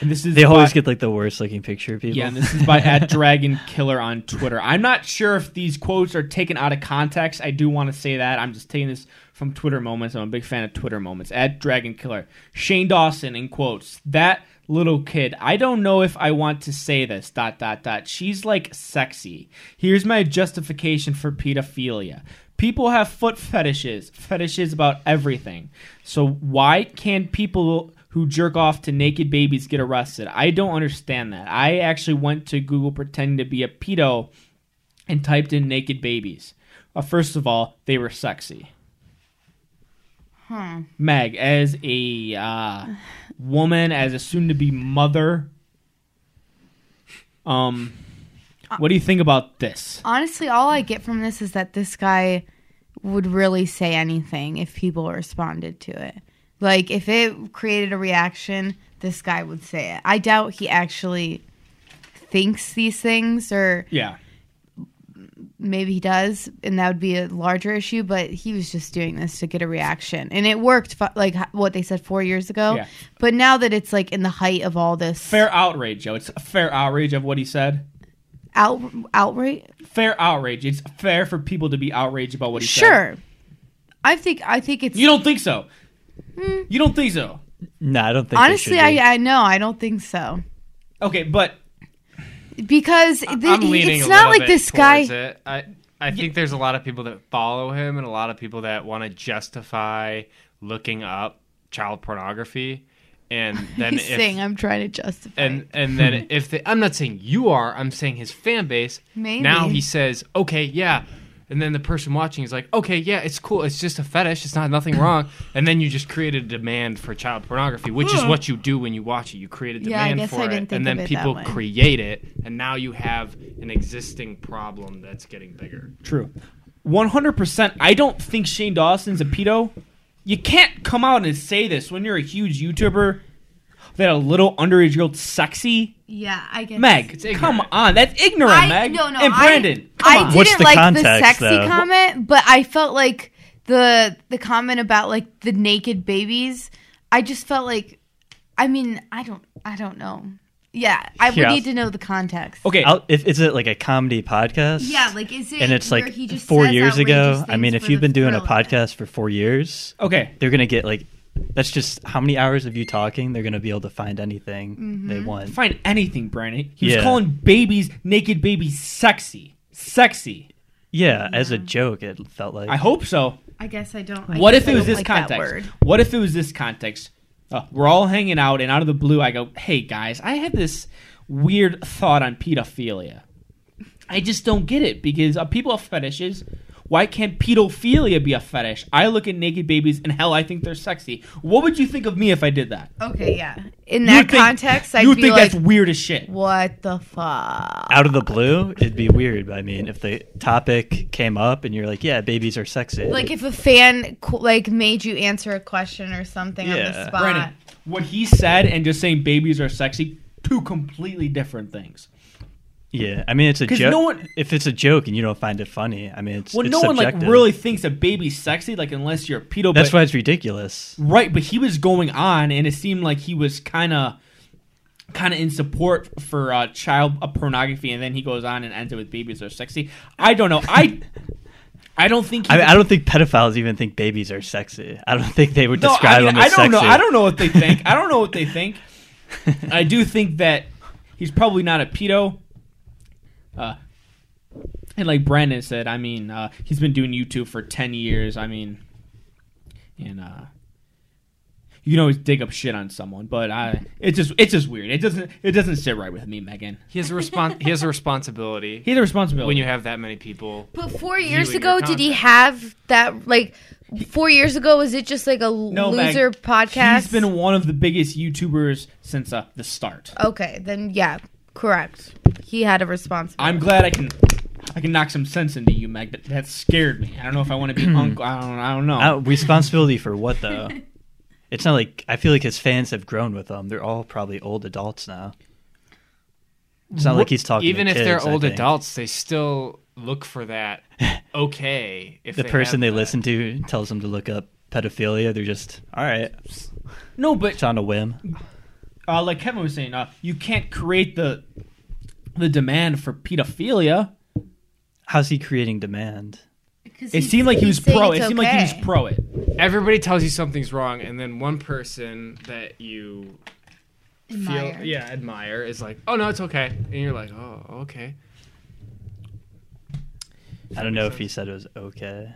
[SPEAKER 2] And this is
[SPEAKER 4] they always
[SPEAKER 2] by-
[SPEAKER 4] get like the worst looking picture of people.
[SPEAKER 2] Yeah, and
[SPEAKER 4] (laughs)
[SPEAKER 2] this is by at Dragon Killer on Twitter. I'm not sure if these quotes are taken out of context. I do want to say that. I'm just taking this from Twitter moments. I'm a big fan of Twitter moments. At Dragon Killer. Shane Dawson in quotes. That little kid. I don't know if I want to say this. Dot dot dot. She's like sexy. Here's my justification for pedophilia. People have foot fetishes, fetishes about everything. So why can people who jerk off to naked babies get arrested. I don't understand that. I actually went to Google pretending to be a pedo and typed in naked babies. Uh, first of all, they were sexy.
[SPEAKER 3] Huh.
[SPEAKER 2] Meg, as a uh, woman, as a soon to be mother, um,
[SPEAKER 3] Uh,
[SPEAKER 2] what do you think about this?
[SPEAKER 3] Honestly, all I get from this is that this guy would really say anything if people responded to it. Like, if it created a reaction, this guy would say it. I doubt he actually thinks these things, or
[SPEAKER 2] Yeah.
[SPEAKER 3] maybe he does, and that would be a larger issue, but he was just doing this to get a reaction. And it worked, fu- like h- what they said four years ago.
[SPEAKER 2] Yeah.
[SPEAKER 3] But now that it's like in the height of all this
[SPEAKER 2] Fair outrage, Joe. It's a fair outrage of what he said.
[SPEAKER 3] out- outrage,
[SPEAKER 2] Fair outrage. It's fair for people to be outraged about what he said.
[SPEAKER 3] sure. I think I think it's
[SPEAKER 2] You don't think so?
[SPEAKER 3] Hmm.
[SPEAKER 2] You don't think so?
[SPEAKER 4] No, I don't think.
[SPEAKER 3] honestly.
[SPEAKER 4] they should be.
[SPEAKER 3] I I know I don't think so.
[SPEAKER 2] Okay, but
[SPEAKER 3] because the,
[SPEAKER 1] I'm leaning
[SPEAKER 3] it's
[SPEAKER 1] a
[SPEAKER 3] not
[SPEAKER 1] little
[SPEAKER 3] like
[SPEAKER 1] bit
[SPEAKER 3] this guy. (laughs)
[SPEAKER 1] towards it. I I think there's a lot of people that follow him and a lot of people that want to justify looking up child pornography, and
[SPEAKER 3] (laughs)
[SPEAKER 1] then
[SPEAKER 3] He's
[SPEAKER 1] if
[SPEAKER 3] saying I'm trying to justify.
[SPEAKER 1] and
[SPEAKER 3] it."
[SPEAKER 1] and then (laughs) if they, I'm not saying you are, I'm saying his fan base.
[SPEAKER 3] Maybe.
[SPEAKER 1] Now he says, okay, yeah. And then the person watching is like, okay, yeah, it's cool. It's just a fetish. It's not nothing
[SPEAKER 3] (laughs)
[SPEAKER 1] wrong. And then you just create a demand for child pornography, which is what you do when you watch it. You create a
[SPEAKER 3] Yeah, I
[SPEAKER 1] demand
[SPEAKER 3] guess
[SPEAKER 1] for
[SPEAKER 3] I didn't
[SPEAKER 1] it,
[SPEAKER 3] think
[SPEAKER 1] and then
[SPEAKER 3] of it that
[SPEAKER 1] people
[SPEAKER 3] way.
[SPEAKER 1] create it, and now you have an existing problem that's getting bigger.
[SPEAKER 2] True. 100%. I don't think Shane Dawson's a pedo. You can't come out and say this when you're a huge YouTuber that a little underage girl's sexy.
[SPEAKER 3] yeah, I guess.
[SPEAKER 2] Meg,
[SPEAKER 1] ignorant.
[SPEAKER 2] come on. That's ignorant,
[SPEAKER 3] I,
[SPEAKER 2] Meg.
[SPEAKER 3] no, no,
[SPEAKER 2] and
[SPEAKER 3] I-
[SPEAKER 2] Brandon,
[SPEAKER 3] I,
[SPEAKER 2] come on.
[SPEAKER 3] didn't
[SPEAKER 4] What's the
[SPEAKER 3] like the
[SPEAKER 4] context,
[SPEAKER 3] sexy
[SPEAKER 4] though?
[SPEAKER 3] comment, but I felt like the the comment about like the naked babies. I just felt like, I mean, I don't, I don't know. yeah, I would
[SPEAKER 4] Yeah.
[SPEAKER 3] need to know the context.
[SPEAKER 2] Okay,
[SPEAKER 4] I'll, if is it like a comedy podcast?
[SPEAKER 3] uh, Yeah, like is it?
[SPEAKER 4] and it's
[SPEAKER 3] where
[SPEAKER 4] like
[SPEAKER 3] he just
[SPEAKER 4] four
[SPEAKER 3] says
[SPEAKER 4] years ago.
[SPEAKER 3] outrageous
[SPEAKER 4] I mean,
[SPEAKER 3] things
[SPEAKER 4] if
[SPEAKER 3] for
[SPEAKER 4] you've
[SPEAKER 3] the
[SPEAKER 4] been doing a
[SPEAKER 3] thrill of it?
[SPEAKER 4] podcast for four years,
[SPEAKER 2] okay.
[SPEAKER 4] they're gonna get like that's just how many hours of you talking. They're gonna be able to find anything
[SPEAKER 3] Mm-hmm.
[SPEAKER 4] they want.
[SPEAKER 2] Find anything, Brandon. He was
[SPEAKER 4] Yeah.
[SPEAKER 2] calling babies, naked babies, sexy. Sexy.
[SPEAKER 4] Yeah, as a joke, it felt like.
[SPEAKER 2] I hope so.
[SPEAKER 3] I guess I don't. I
[SPEAKER 2] What
[SPEAKER 3] guess
[SPEAKER 2] if it
[SPEAKER 3] I
[SPEAKER 2] was
[SPEAKER 3] don't
[SPEAKER 2] this
[SPEAKER 3] like that
[SPEAKER 2] context?
[SPEAKER 3] word.
[SPEAKER 2] What if it was this context? Uh, we're all hanging out, and out of the blue, I go, "Hey guys, I had this weird thought on pedophilia. I just don't get it because uh, people have fetishes. Why can't pedophilia be a fetish? I look at naked babies, and hell, I think they're sexy. What would you think of me if I did that?
[SPEAKER 3] Okay, yeah.
[SPEAKER 2] Oh.
[SPEAKER 3] In
[SPEAKER 2] You
[SPEAKER 3] that
[SPEAKER 2] would think-
[SPEAKER 3] context, I'd
[SPEAKER 2] you would
[SPEAKER 3] be
[SPEAKER 2] think
[SPEAKER 3] like,
[SPEAKER 2] that's weird as shit.
[SPEAKER 3] "What the fuck?"
[SPEAKER 4] out of the blue, it'd be weird. But I mean, if the topic came up and you're like, "Yeah, babies are sexy,"
[SPEAKER 3] Like if a fan qu- like made you answer a question or something on the
[SPEAKER 4] Yeah.
[SPEAKER 3] spot.
[SPEAKER 2] Brandon, what he said and just saying babies are sexy, two completely different things.
[SPEAKER 4] yeah, I mean, it's a
[SPEAKER 2] 'Cause
[SPEAKER 4] joke.
[SPEAKER 2] no one-
[SPEAKER 4] if it's a joke and you don't find it funny, I mean, it's
[SPEAKER 2] Well,
[SPEAKER 4] it's
[SPEAKER 2] no one like
[SPEAKER 4] subjective.
[SPEAKER 2] really thinks a baby's sexy, like unless you're a pedo.
[SPEAKER 4] That's
[SPEAKER 2] but-
[SPEAKER 4] why it's ridiculous.
[SPEAKER 2] Right, but he was going on, and it seemed like he was kind of, kind of in support for uh, child uh, pornography, and then he goes on and ends it with babies are sexy. I don't know.
[SPEAKER 4] (laughs)
[SPEAKER 2] I, I don't think. He
[SPEAKER 4] I, mean, I don't think pedophiles even think babies are sexy. I don't think they would
[SPEAKER 2] No,
[SPEAKER 4] describe
[SPEAKER 2] I, mean,
[SPEAKER 4] them as
[SPEAKER 2] I don't
[SPEAKER 4] sexy.
[SPEAKER 2] know. I don't know what they think. I don't know
[SPEAKER 4] (laughs)
[SPEAKER 2] what they think. I do think that he's probably not a pedo. Uh, and like Brandon said, I mean, uh, he's been doing YouTube for ten years. I mean, and uh, you can always dig up shit on someone, but I, it's just, it's just weird. It doesn't, it doesn't sit right with me, Megan.
[SPEAKER 1] He has a respon- He has a responsibility
[SPEAKER 2] He had a
[SPEAKER 1] (laughs)
[SPEAKER 2] responsibility.
[SPEAKER 1] when you have that many people.
[SPEAKER 3] But four years
[SPEAKER 1] Viewing
[SPEAKER 3] ago,
[SPEAKER 1] your
[SPEAKER 3] did he have that? Like four years ago, was it just like a
[SPEAKER 2] No, Meg,
[SPEAKER 3] loser podcast?
[SPEAKER 2] he's been one of the biggest YouTubers since uh, the start.
[SPEAKER 3] okay, then yeah, correct. He had a responsibility.
[SPEAKER 2] I'm glad I can I can knock some sense into you, Meg. That, that scared me. I don't know if I
[SPEAKER 1] (clears throat)
[SPEAKER 2] want to be uncle. I don't. I don't know.
[SPEAKER 1] Oh.
[SPEAKER 4] Uh, responsibility for what though? it's not like I feel like his fans have grown with him. They're all probably old adults now. It's not like he's talking.
[SPEAKER 1] Even
[SPEAKER 4] to
[SPEAKER 1] if
[SPEAKER 4] kids,
[SPEAKER 1] they're
[SPEAKER 4] I
[SPEAKER 1] old
[SPEAKER 4] think.
[SPEAKER 1] adults, they still look for
[SPEAKER 4] (laughs)
[SPEAKER 1] that. Okay, if
[SPEAKER 4] the
[SPEAKER 1] they
[SPEAKER 4] person they
[SPEAKER 1] have that.
[SPEAKER 4] listen to tells them to look up pedophilia. They're just all right.
[SPEAKER 2] no,
[SPEAKER 4] It's
[SPEAKER 2] but
[SPEAKER 4] on a whim.
[SPEAKER 2] uh, like Kevin was saying, uh, you can't create the the demand for pedophilia.
[SPEAKER 4] How's he creating demand?
[SPEAKER 2] It seemed like he was pro. It seemed like he was pro it.
[SPEAKER 1] Everybody tells you something's wrong, and then one person that you feel yeah admire is like, oh no, it's okay, and you're like, oh okay.
[SPEAKER 4] I don't know if he said it was okay.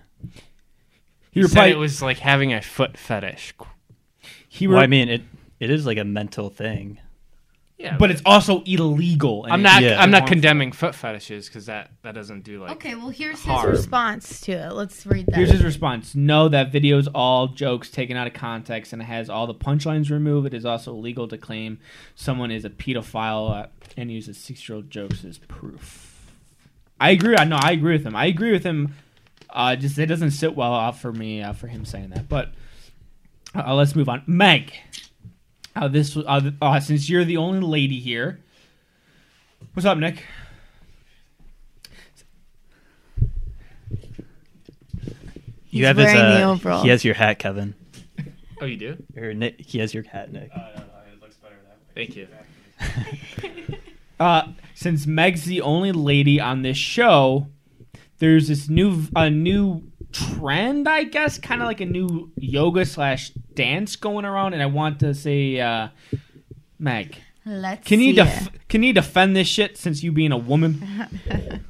[SPEAKER 1] He
[SPEAKER 2] He,
[SPEAKER 1] said
[SPEAKER 2] replied.
[SPEAKER 1] it was like having a foot fetish.
[SPEAKER 2] he
[SPEAKER 4] Well,
[SPEAKER 2] re-
[SPEAKER 4] I mean, it it is like a mental thing.
[SPEAKER 1] Yeah,
[SPEAKER 2] but it's also illegal. and
[SPEAKER 1] I'm
[SPEAKER 2] it-
[SPEAKER 1] not.
[SPEAKER 4] Yeah.
[SPEAKER 1] I'm not condemning foot fetishes because that that doesn't do like.
[SPEAKER 3] Okay, well here's his
[SPEAKER 1] Harm.
[SPEAKER 3] response to it. Let's read that.
[SPEAKER 2] Here's his response. No, that video is all jokes taken out of context and it has all the punchlines removed. It is also illegal to claim someone is a pedophile uh, and uses six year old jokes as proof. I agree. I know. I agree with him. I agree with him. Uh, just it doesn't sit well off for me uh, for him saying that. But uh, let's move on. Meg, uh, this uh, th- uh, since you're the only lady here, what's up, Nick?
[SPEAKER 3] He's
[SPEAKER 4] you have his,
[SPEAKER 3] wearing
[SPEAKER 4] uh,
[SPEAKER 3] the overall.
[SPEAKER 4] He has your hat, Kevin.
[SPEAKER 1] Oh, you do?
[SPEAKER 4] Or Nick, he has your hat, Nick.
[SPEAKER 1] Thank you.
[SPEAKER 2] uh, since Meg's the only lady on this show, there's this new a new trend, I guess, kind of like a new yoga slash dance going around, and I want to say, uh, Meg,
[SPEAKER 3] Let's
[SPEAKER 2] can you
[SPEAKER 3] see
[SPEAKER 2] def- can you defend this shit since you being a woman?
[SPEAKER 3] it.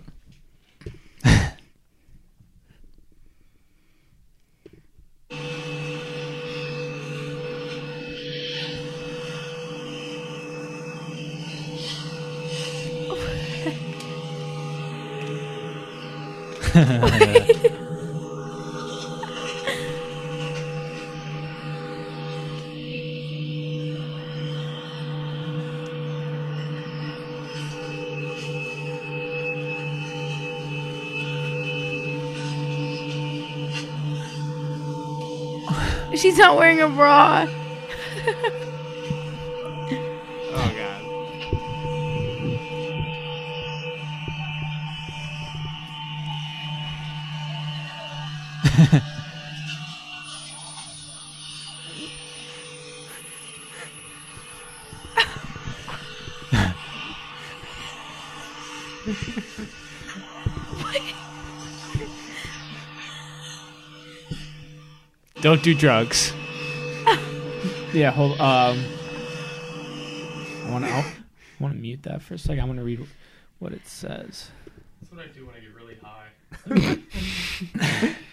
[SPEAKER 3] She's not wearing a bra.
[SPEAKER 1] Oh god. Don't do drugs.
[SPEAKER 2] Yeah, hold. Um, I want to. I want to mute that for a second. I want to read what it says.
[SPEAKER 1] That's what I do when I get really high.
[SPEAKER 2] (laughs)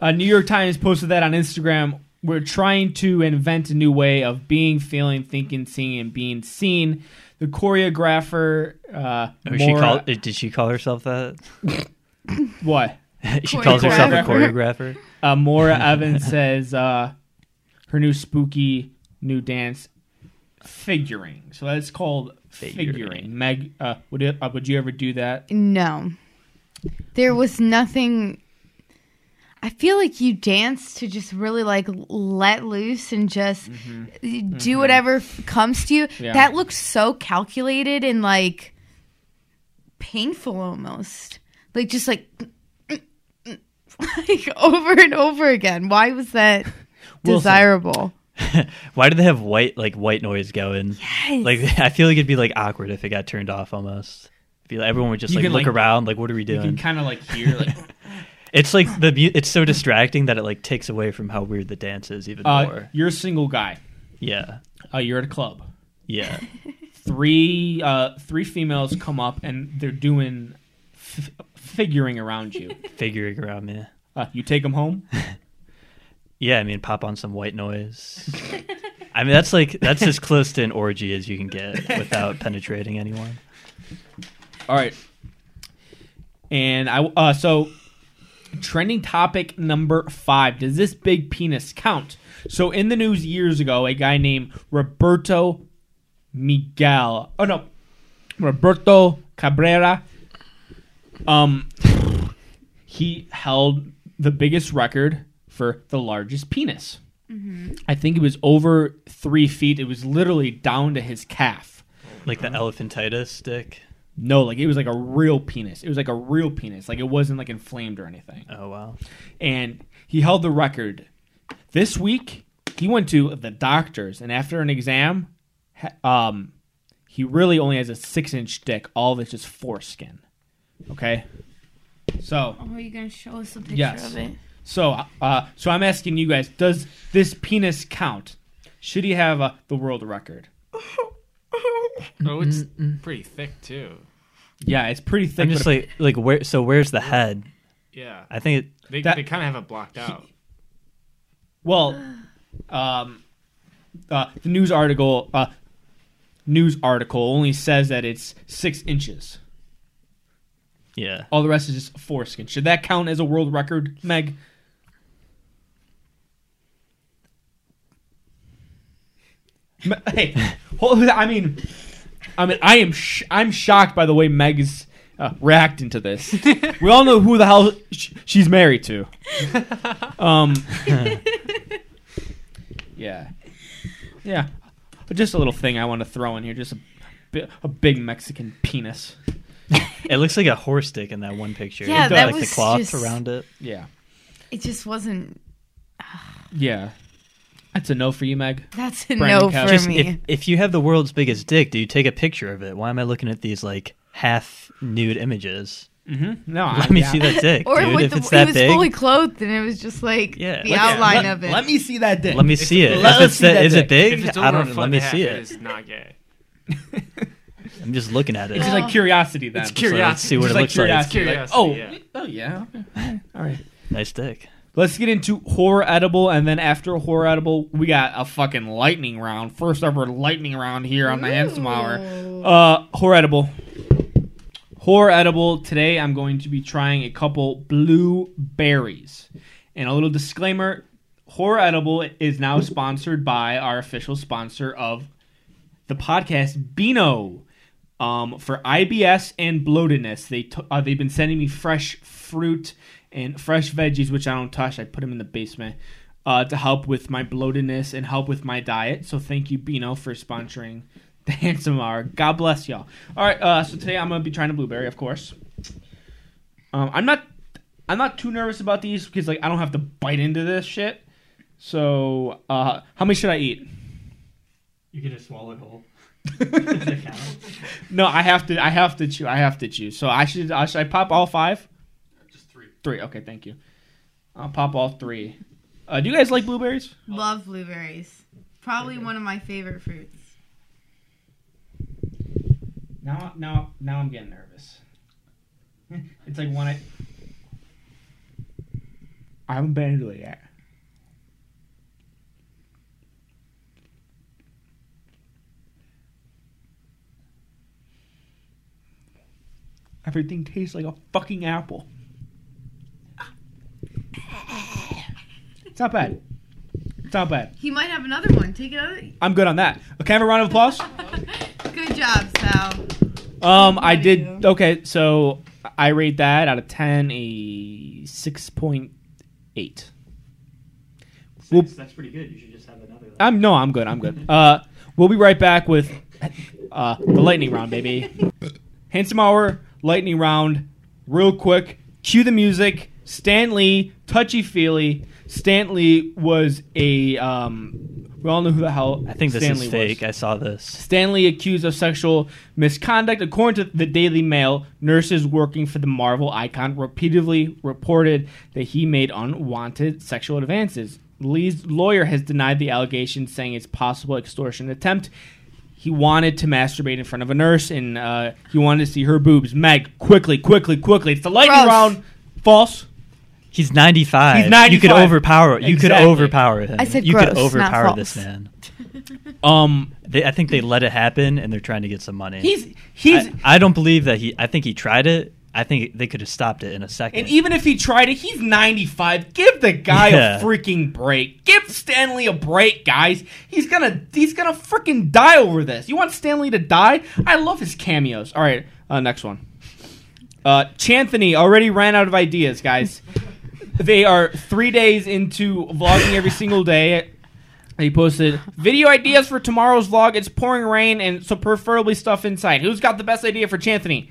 [SPEAKER 2] Uh, New York Times posted that on Instagram. We're trying to invent a new way of being, feeling, thinking, seeing, and being seen. The choreographer, uh,
[SPEAKER 4] Oh, she
[SPEAKER 2] Maura-
[SPEAKER 4] call, uh, did she call herself that? (laughs)
[SPEAKER 2] what?
[SPEAKER 4] she calls herself a
[SPEAKER 3] Choreographer.
[SPEAKER 4] choreographer.
[SPEAKER 2] Uh, Maura Evans says uh, her new spooky new dance, figuring. So that's called figuring.
[SPEAKER 4] Figuring.
[SPEAKER 2] Meg, uh, would it, uh, would you ever do that?
[SPEAKER 3] No. There was nothing. I feel like you dance to just really like l- let loose and just do whatever f- comes to you.
[SPEAKER 2] Mm-hmm. Yeah.
[SPEAKER 3] That looked so calculated and like painful almost. Like just like (laughs) like over and over again. Why
[SPEAKER 2] (laughs)
[SPEAKER 3] was that
[SPEAKER 2] Wilson.
[SPEAKER 3] desirable?
[SPEAKER 4] Why do they have white like white noise going?
[SPEAKER 3] Yes.
[SPEAKER 4] Like (laughs) I feel like it'd be like awkward if it got turned off almost. If you, everyone would just
[SPEAKER 2] You
[SPEAKER 4] like
[SPEAKER 2] can,
[SPEAKER 4] look
[SPEAKER 2] like-
[SPEAKER 4] around like what are we
[SPEAKER 2] You can
[SPEAKER 4] doing?
[SPEAKER 2] kind of like hear
[SPEAKER 4] (laughs)
[SPEAKER 2] like
[SPEAKER 4] It's like the mu- it's so distracting that it like takes away from how weird the dance is even
[SPEAKER 2] Uh,
[SPEAKER 4] more.
[SPEAKER 2] you're a single guy.
[SPEAKER 4] Yeah.
[SPEAKER 2] Uh, you're at a club.
[SPEAKER 4] Yeah.
[SPEAKER 2] Three uh, three females come up and they're doing f- figuring around
[SPEAKER 4] (laughs)
[SPEAKER 2] you.
[SPEAKER 4] Figuring around me.
[SPEAKER 2] Uh, you take them home.
[SPEAKER 4] Yeah, I mean pop on some
[SPEAKER 3] (laughs)
[SPEAKER 4] white noise. I mean that's like that's as close to an orgy as you can get without penetrating anyone.
[SPEAKER 2] All right. And I uh, so trending topic number five. Does this big penis count? So in the news years ago, a guy named Roberto Miguel. Oh no, Roberto Cabrera. Um, he held the biggest record for the largest penis. I think it was over three feet. It was literally down to his calf.
[SPEAKER 4] Like the elephantitis stick.
[SPEAKER 2] No, like it was like a real penis. It was like a real penis. Like it wasn't like inflamed or anything.
[SPEAKER 4] Oh wow.
[SPEAKER 2] And he held the record. This week, he went to the doctors, and after an exam, ha- um, he really only has a six inch dick. All of it's just foreskin. Okay. So,
[SPEAKER 3] Oh, are you gonna show us a picture
[SPEAKER 2] Yes.
[SPEAKER 3] of it?
[SPEAKER 2] so, uh, so I'm asking you guys: Does this penis count? Should he have uh, the world record?
[SPEAKER 1] Oh, it's pretty thick too.
[SPEAKER 2] Yeah, it's pretty thick.
[SPEAKER 4] I'm just
[SPEAKER 2] but-
[SPEAKER 4] like like where so where's the head?
[SPEAKER 1] Yeah,
[SPEAKER 4] I think it
[SPEAKER 1] they
[SPEAKER 2] That-
[SPEAKER 1] they kind of have it blocked out.
[SPEAKER 2] Well, um, uh, the news article uh, news article only says that it's six inches.
[SPEAKER 4] yeah.
[SPEAKER 2] All the rest is just foreskin. Should that count as a world record, Meg? Me- Hey, (laughs) hold, I mean, I mean, I am sh- I'm shocked by the way Meg is uh, reacting to this. we all know who the hell sh- she's married to. Um, yeah, yeah. But just a little thing I want to throw in here. Just a, bi- a big Mexican penis.
[SPEAKER 4] It looks like a horse dick in that one picture.
[SPEAKER 3] Yeah,
[SPEAKER 4] It got,
[SPEAKER 2] that
[SPEAKER 4] like
[SPEAKER 3] was
[SPEAKER 4] the cloth
[SPEAKER 3] just-
[SPEAKER 4] around it.
[SPEAKER 2] Yeah.
[SPEAKER 3] It just wasn't.
[SPEAKER 2] Yeah. That's a no for you, Meg.
[SPEAKER 3] That's a
[SPEAKER 2] Brandon
[SPEAKER 3] no
[SPEAKER 2] Couch.
[SPEAKER 3] for
[SPEAKER 2] Just
[SPEAKER 3] me.
[SPEAKER 4] If if you have the world's biggest dick, do you take a picture of it? Why am I looking at these like half nude images?
[SPEAKER 2] Mm-hmm. No,
[SPEAKER 4] Let me see that dick,
[SPEAKER 3] or
[SPEAKER 4] dude.
[SPEAKER 3] with
[SPEAKER 4] If
[SPEAKER 3] the,
[SPEAKER 4] it's that
[SPEAKER 3] it was
[SPEAKER 4] big,
[SPEAKER 3] fully clothed and it was just like
[SPEAKER 4] Yeah.
[SPEAKER 3] the
[SPEAKER 4] Look at-
[SPEAKER 3] outline of it.
[SPEAKER 2] Let me see that dick.
[SPEAKER 4] let me see it.
[SPEAKER 2] let
[SPEAKER 4] If
[SPEAKER 2] us
[SPEAKER 4] it's
[SPEAKER 2] see
[SPEAKER 4] that-
[SPEAKER 2] that
[SPEAKER 4] is it
[SPEAKER 2] dick.
[SPEAKER 1] If
[SPEAKER 4] big?
[SPEAKER 1] it's
[SPEAKER 4] I
[SPEAKER 1] over a
[SPEAKER 4] don't.
[SPEAKER 1] foot
[SPEAKER 4] know. Let
[SPEAKER 1] and
[SPEAKER 4] me
[SPEAKER 1] a half,
[SPEAKER 4] see
[SPEAKER 1] It
[SPEAKER 4] it.
[SPEAKER 1] is not gay.
[SPEAKER 4] I'm just looking at it.
[SPEAKER 2] It's just
[SPEAKER 3] Oh.
[SPEAKER 2] like curiosity then.
[SPEAKER 1] It's
[SPEAKER 2] Just
[SPEAKER 4] So let's see what it
[SPEAKER 2] like
[SPEAKER 4] looks like.
[SPEAKER 2] curiosity. like,
[SPEAKER 1] Curiosity, yeah.
[SPEAKER 2] oh, oh yeah. okay. All right.
[SPEAKER 4] Nice dick.
[SPEAKER 2] Let's get into horror edible, and then after horror edible, we got a fucking lightning round. First ever lightning round here on the Handsome Hour. Uh, horror edible. Horror edible. Today, I'm going to be trying a couple blueberries. And a little disclaimer: horror edible is now sponsored by our official sponsor of the podcast, Beano. Um, for IBS and bloatedness, they t- uh, they've been sending me fresh fruit and fresh veggies, which I don't touch. I put them in the basement uh, to help with my bloatedness and help with my diet. So thank you, Beano, for sponsoring (laughs) the Handsome Hour. God bless y'all. All right, uh, so today I'm gonna be trying a blueberry, of course. Um, I'm not I'm not too nervous about these because like I don't have to bite into this shit. So uh, how many should I eat?
[SPEAKER 4] You could just swallow it whole.
[SPEAKER 2] (laughs) No, I have to. I have to choose. I have to choose. So I should. I should I pop all five?
[SPEAKER 9] Just three.
[SPEAKER 2] Three. Okay, thank you. I'll pop all three. Uh, do you guys like blueberries?
[SPEAKER 3] Love blueberries. Probably one of my favorite fruits.
[SPEAKER 2] Now, now, now I'm getting nervous. (laughs) it's like one. I, I haven't been into it yet. Everything tastes like a fucking apple. It's not bad. It's not bad.
[SPEAKER 3] He might have another one. Take another.
[SPEAKER 2] I'm good on that. Okay, have a round of applause.
[SPEAKER 3] Good job, Sal.
[SPEAKER 2] Um, I
[SPEAKER 3] How you
[SPEAKER 2] did
[SPEAKER 3] do?
[SPEAKER 2] okay. So I rate that out of ten a six point eight. Well-
[SPEAKER 4] that's pretty good. You should just have another.
[SPEAKER 2] I'm no, I'm good. I'm
[SPEAKER 4] (laughs)
[SPEAKER 2] good. Uh, we'll be right back with uh the lightning round, baby. Handsome hour lightning round, real quick. Cue the music. Stanley touchy feely. Stanley was a um. We all know who the hell
[SPEAKER 4] I think this
[SPEAKER 2] Stanley
[SPEAKER 4] is fake.
[SPEAKER 2] was.
[SPEAKER 4] I saw this.
[SPEAKER 2] Stanley accused of sexual misconduct. According to the Daily Mail, nurses working for the Marvel icon repeatedly reported that he made unwanted sexual advances. Lee's lawyer has denied the allegation, saying it's possible extortion attempt. He wanted to masturbate in front of a nurse, and uh, he wanted to see her boobs. Meg, quickly, quickly, quickly! It's the lightning
[SPEAKER 3] Gross.
[SPEAKER 2] round. False.
[SPEAKER 4] He's 95.
[SPEAKER 2] He's
[SPEAKER 4] You could
[SPEAKER 2] 95.
[SPEAKER 4] overpower. You
[SPEAKER 2] Exactly.
[SPEAKER 4] could overpower him.
[SPEAKER 3] I said
[SPEAKER 4] you
[SPEAKER 3] gross,
[SPEAKER 4] could
[SPEAKER 3] not
[SPEAKER 4] overpower
[SPEAKER 3] false.
[SPEAKER 4] this man. (laughs)
[SPEAKER 2] Um,
[SPEAKER 4] They, I think they let it happen, and they're trying to get some money.
[SPEAKER 2] he's he's.
[SPEAKER 4] I, I don't believe that he. I think he tried it. I think they could have stopped it in a second.
[SPEAKER 2] And even if he tried it, he's 95. Give the guy
[SPEAKER 4] Yeah.
[SPEAKER 2] a freaking break. Give Stanley a break, guys. He's gonna he's gonna freaking die over this. You want Stanley to die? I love his cameos. All right, uh, next one. Uh, Chanthony already ran out of ideas, guys. They are three days into vlogging every single day. He posted video ideas for tomorrow's vlog. It's pouring rain, and so preferably stuff inside. Who's got the best idea for Chanthony?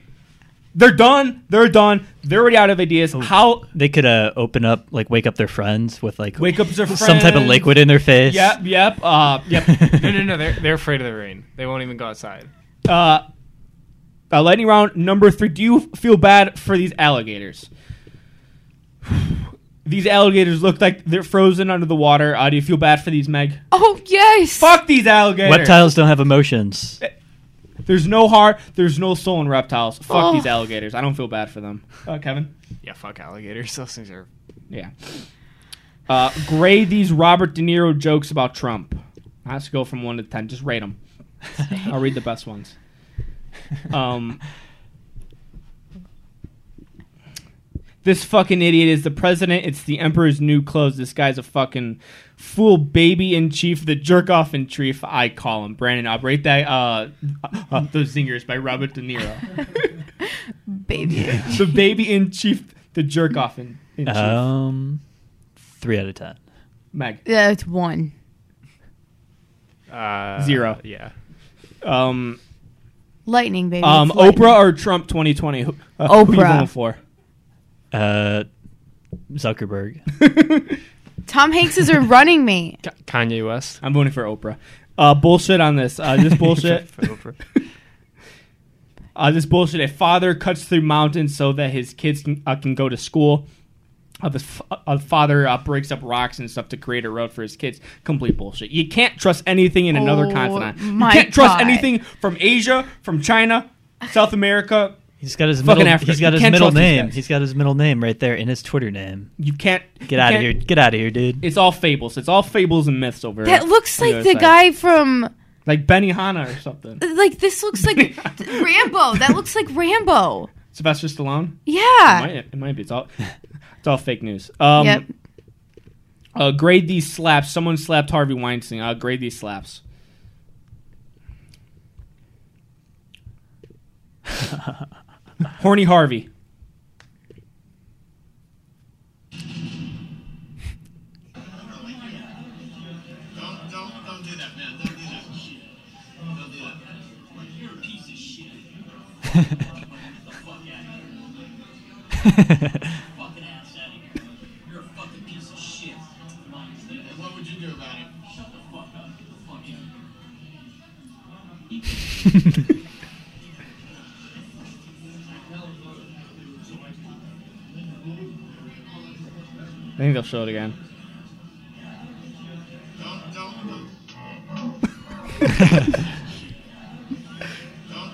[SPEAKER 2] They're done. They're done. They're already out of ideas. How
[SPEAKER 4] they could uh, open up, like wake up their friends with like
[SPEAKER 2] Wake up their
[SPEAKER 4] some type of
[SPEAKER 2] friends.
[SPEAKER 4] liquid in their face.
[SPEAKER 2] Yep, yep, uh,
[SPEAKER 4] (laughs)
[SPEAKER 2] yep.
[SPEAKER 1] No, no, no. They're, they're afraid of the rain. They won't even go outside.
[SPEAKER 2] Uh, uh, lightning round number three. Do you feel bad for these alligators? (sighs) these alligators look like they're frozen under the water. Uh, do you feel bad for these, Meg?
[SPEAKER 3] Oh yes. (laughs)
[SPEAKER 2] Fuck these alligators.
[SPEAKER 4] Reptiles don't have emotions.
[SPEAKER 2] There's no heart. There's no soul in reptiles. Fuck
[SPEAKER 3] Oh.
[SPEAKER 2] these alligators. I don't feel bad for them. Uh, Kevin.
[SPEAKER 1] Yeah, fuck alligators. Those things are.
[SPEAKER 2] Yeah. Uh, grade these Robert De Niro jokes about Trump. I have to go from one to ten. Just rate them. I'll read the best ones. Um, this fucking idiot is the president. It's the emperor's new clothes. This guy's a fucking fool, baby in chief, the jerk off in chief. I call him Brandon. I'll rate that. Uh, uh, those zingers by Robert De Niro.
[SPEAKER 3] Baby.
[SPEAKER 2] the baby in chief, the jerk off in, in chief.
[SPEAKER 4] Um, three out of ten.
[SPEAKER 2] Meg.
[SPEAKER 3] Yeah, it's one.
[SPEAKER 1] Uh,
[SPEAKER 2] Zero.
[SPEAKER 1] Yeah.
[SPEAKER 2] Um,
[SPEAKER 3] Lightning, baby.
[SPEAKER 2] um,
[SPEAKER 3] it's lightning.
[SPEAKER 2] Oprah or Trump 2020? Who, uh, who you
[SPEAKER 3] Oprah.
[SPEAKER 2] going for? (laughs)
[SPEAKER 4] Uh,
[SPEAKER 2] (laughs)
[SPEAKER 4] Zuckerberg.
[SPEAKER 3] Tom Hanks is a running mate.
[SPEAKER 4] (laughs)
[SPEAKER 1] K- Kanye West.
[SPEAKER 2] I'm voting for Oprah. Uh, bullshit on this. Uh, this bullshit.
[SPEAKER 1] For Oprah.
[SPEAKER 2] Uh, this bullshit. A father cuts through mountains so that his kids can, uh, can go to school. Uh, the f- a father uh, breaks up rocks and stuff to create a road for his kids. Complete bullshit. You can't trust anything in another
[SPEAKER 3] Oh,
[SPEAKER 2] continent. You
[SPEAKER 3] my
[SPEAKER 2] can't trust
[SPEAKER 3] God.
[SPEAKER 2] anything from Asia, from China, South America.
[SPEAKER 4] He's got his
[SPEAKER 2] Fucking
[SPEAKER 4] middle.
[SPEAKER 2] Africa.
[SPEAKER 4] He's got
[SPEAKER 2] You
[SPEAKER 4] his
[SPEAKER 2] can't
[SPEAKER 4] middle
[SPEAKER 2] trust these
[SPEAKER 4] name.
[SPEAKER 2] guys.
[SPEAKER 4] He's got his middle name right there in his Twitter name.
[SPEAKER 2] You can't you
[SPEAKER 4] Get out of
[SPEAKER 2] can't-
[SPEAKER 4] here. Get out of here, dude.
[SPEAKER 2] It's all fables. It's all fables and myths over
[SPEAKER 3] That
[SPEAKER 2] on
[SPEAKER 3] looks
[SPEAKER 2] other
[SPEAKER 3] like the
[SPEAKER 2] side.
[SPEAKER 3] guy from
[SPEAKER 2] like Benny Hanna or something.
[SPEAKER 3] like this looks
[SPEAKER 4] (laughs)
[SPEAKER 3] like Rambo. That looks like Rambo.
[SPEAKER 2] Sylvester Stallone. It might,
[SPEAKER 3] Yeah.
[SPEAKER 2] it might be. It's all, it's all fake news. Um,
[SPEAKER 3] Ah. yep.
[SPEAKER 2] uh, grade these slaps. Someone slapped Harvey Weinstein. Uh, grade these slaps. Horny Harvey.
[SPEAKER 5] Don't, don't, don't do that, man. Don't do that. Don't do that. You're a piece of shit. Get the fuck out of here. Fucking ass out of here. You're a fucking piece of shit. Come on, stand up. What would you do about it? Shut the fuck up. Get the fuck out of here.
[SPEAKER 2] I think they'll show it again.
[SPEAKER 5] (laughs) Don't,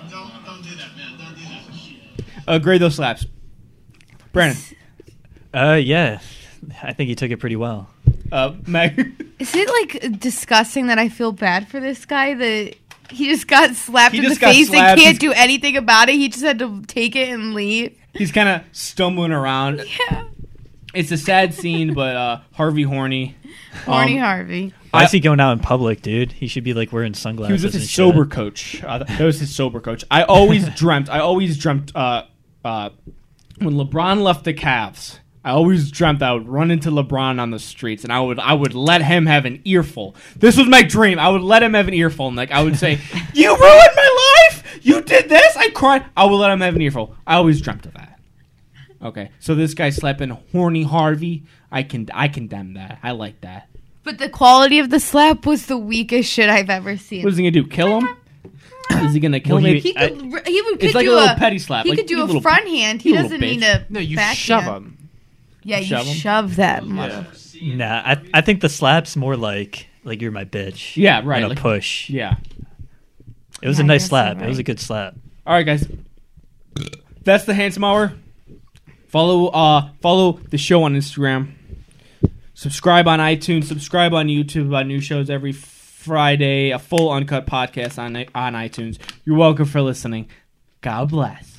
[SPEAKER 5] don't, don't do that, man. Don't do that.
[SPEAKER 2] Uh, grade those slaps. Brandon.
[SPEAKER 4] (laughs) Uh, yeah, I think he took it pretty well.
[SPEAKER 2] Uh, Meg. (laughs)
[SPEAKER 3] Is it like disgusting that I feel bad for this guy that he just got (laughs) slapped
[SPEAKER 2] He
[SPEAKER 3] in the
[SPEAKER 2] just got
[SPEAKER 3] face and
[SPEAKER 2] slapped.
[SPEAKER 3] can't do anything about it? He just had to take it and leave. (laughs)
[SPEAKER 2] He's kind of stumbling around.
[SPEAKER 3] Yeah.
[SPEAKER 2] It's a sad scene, but uh, Harvey Horny.
[SPEAKER 3] Horny
[SPEAKER 2] Um,
[SPEAKER 3] Harvey.
[SPEAKER 4] Why is he going out in public, dude? He should be like wearing sunglasses.
[SPEAKER 2] He was with
[SPEAKER 4] and
[SPEAKER 2] his
[SPEAKER 4] shit.
[SPEAKER 2] sober coach. Uh, that was his sober coach. I
[SPEAKER 4] (laughs)
[SPEAKER 2] always dreamt. I always dreamt. Uh, uh, when LeBron left the Cavs, I always dreamt I would run into LeBron on the streets, and I would I would let him have an earful. This was my dream. I would let him have an earful, and like I would
[SPEAKER 4] (laughs)
[SPEAKER 2] say, "You ruined my life. You did this." I cried. I would let him have an earful. I always dreamt of that. Okay, so this guy slapping horny Harvey. I can I condemn that. I like that.
[SPEAKER 3] But the quality of the slap was the weakest shit I've ever seen.
[SPEAKER 2] What is he gonna do? Kill him? Is he gonna kill
[SPEAKER 4] Well,
[SPEAKER 2] him?
[SPEAKER 4] he-
[SPEAKER 3] he could, r he would, could
[SPEAKER 2] like a
[SPEAKER 3] do
[SPEAKER 2] little petty slap,
[SPEAKER 3] He
[SPEAKER 2] like,
[SPEAKER 3] could do
[SPEAKER 2] you
[SPEAKER 3] a
[SPEAKER 2] little-
[SPEAKER 3] front hand. He
[SPEAKER 2] you little
[SPEAKER 3] doesn't need a
[SPEAKER 1] No, you
[SPEAKER 3] backhand.
[SPEAKER 1] shove him.
[SPEAKER 3] Yeah, you
[SPEAKER 2] Shove
[SPEAKER 3] shove,
[SPEAKER 2] him.
[SPEAKER 3] that mother.
[SPEAKER 4] Nah, I, I think the slap's more like like you're my bitch.
[SPEAKER 2] Yeah, right,
[SPEAKER 4] and a
[SPEAKER 2] like-
[SPEAKER 4] push.
[SPEAKER 2] Yeah.
[SPEAKER 4] It was
[SPEAKER 3] Yeah, I
[SPEAKER 4] a nice
[SPEAKER 3] guess
[SPEAKER 4] slap.
[SPEAKER 3] you're
[SPEAKER 4] It was a
[SPEAKER 3] right.
[SPEAKER 4] good slap.
[SPEAKER 2] All right, guys. That's the handsome hour. Follow uh follow the show on Instagram. Subscribe on iTunes. Subscribe on YouTube about new shows every Friday. A full uncut podcast on i- on iTunes. You're welcome for listening. God bless.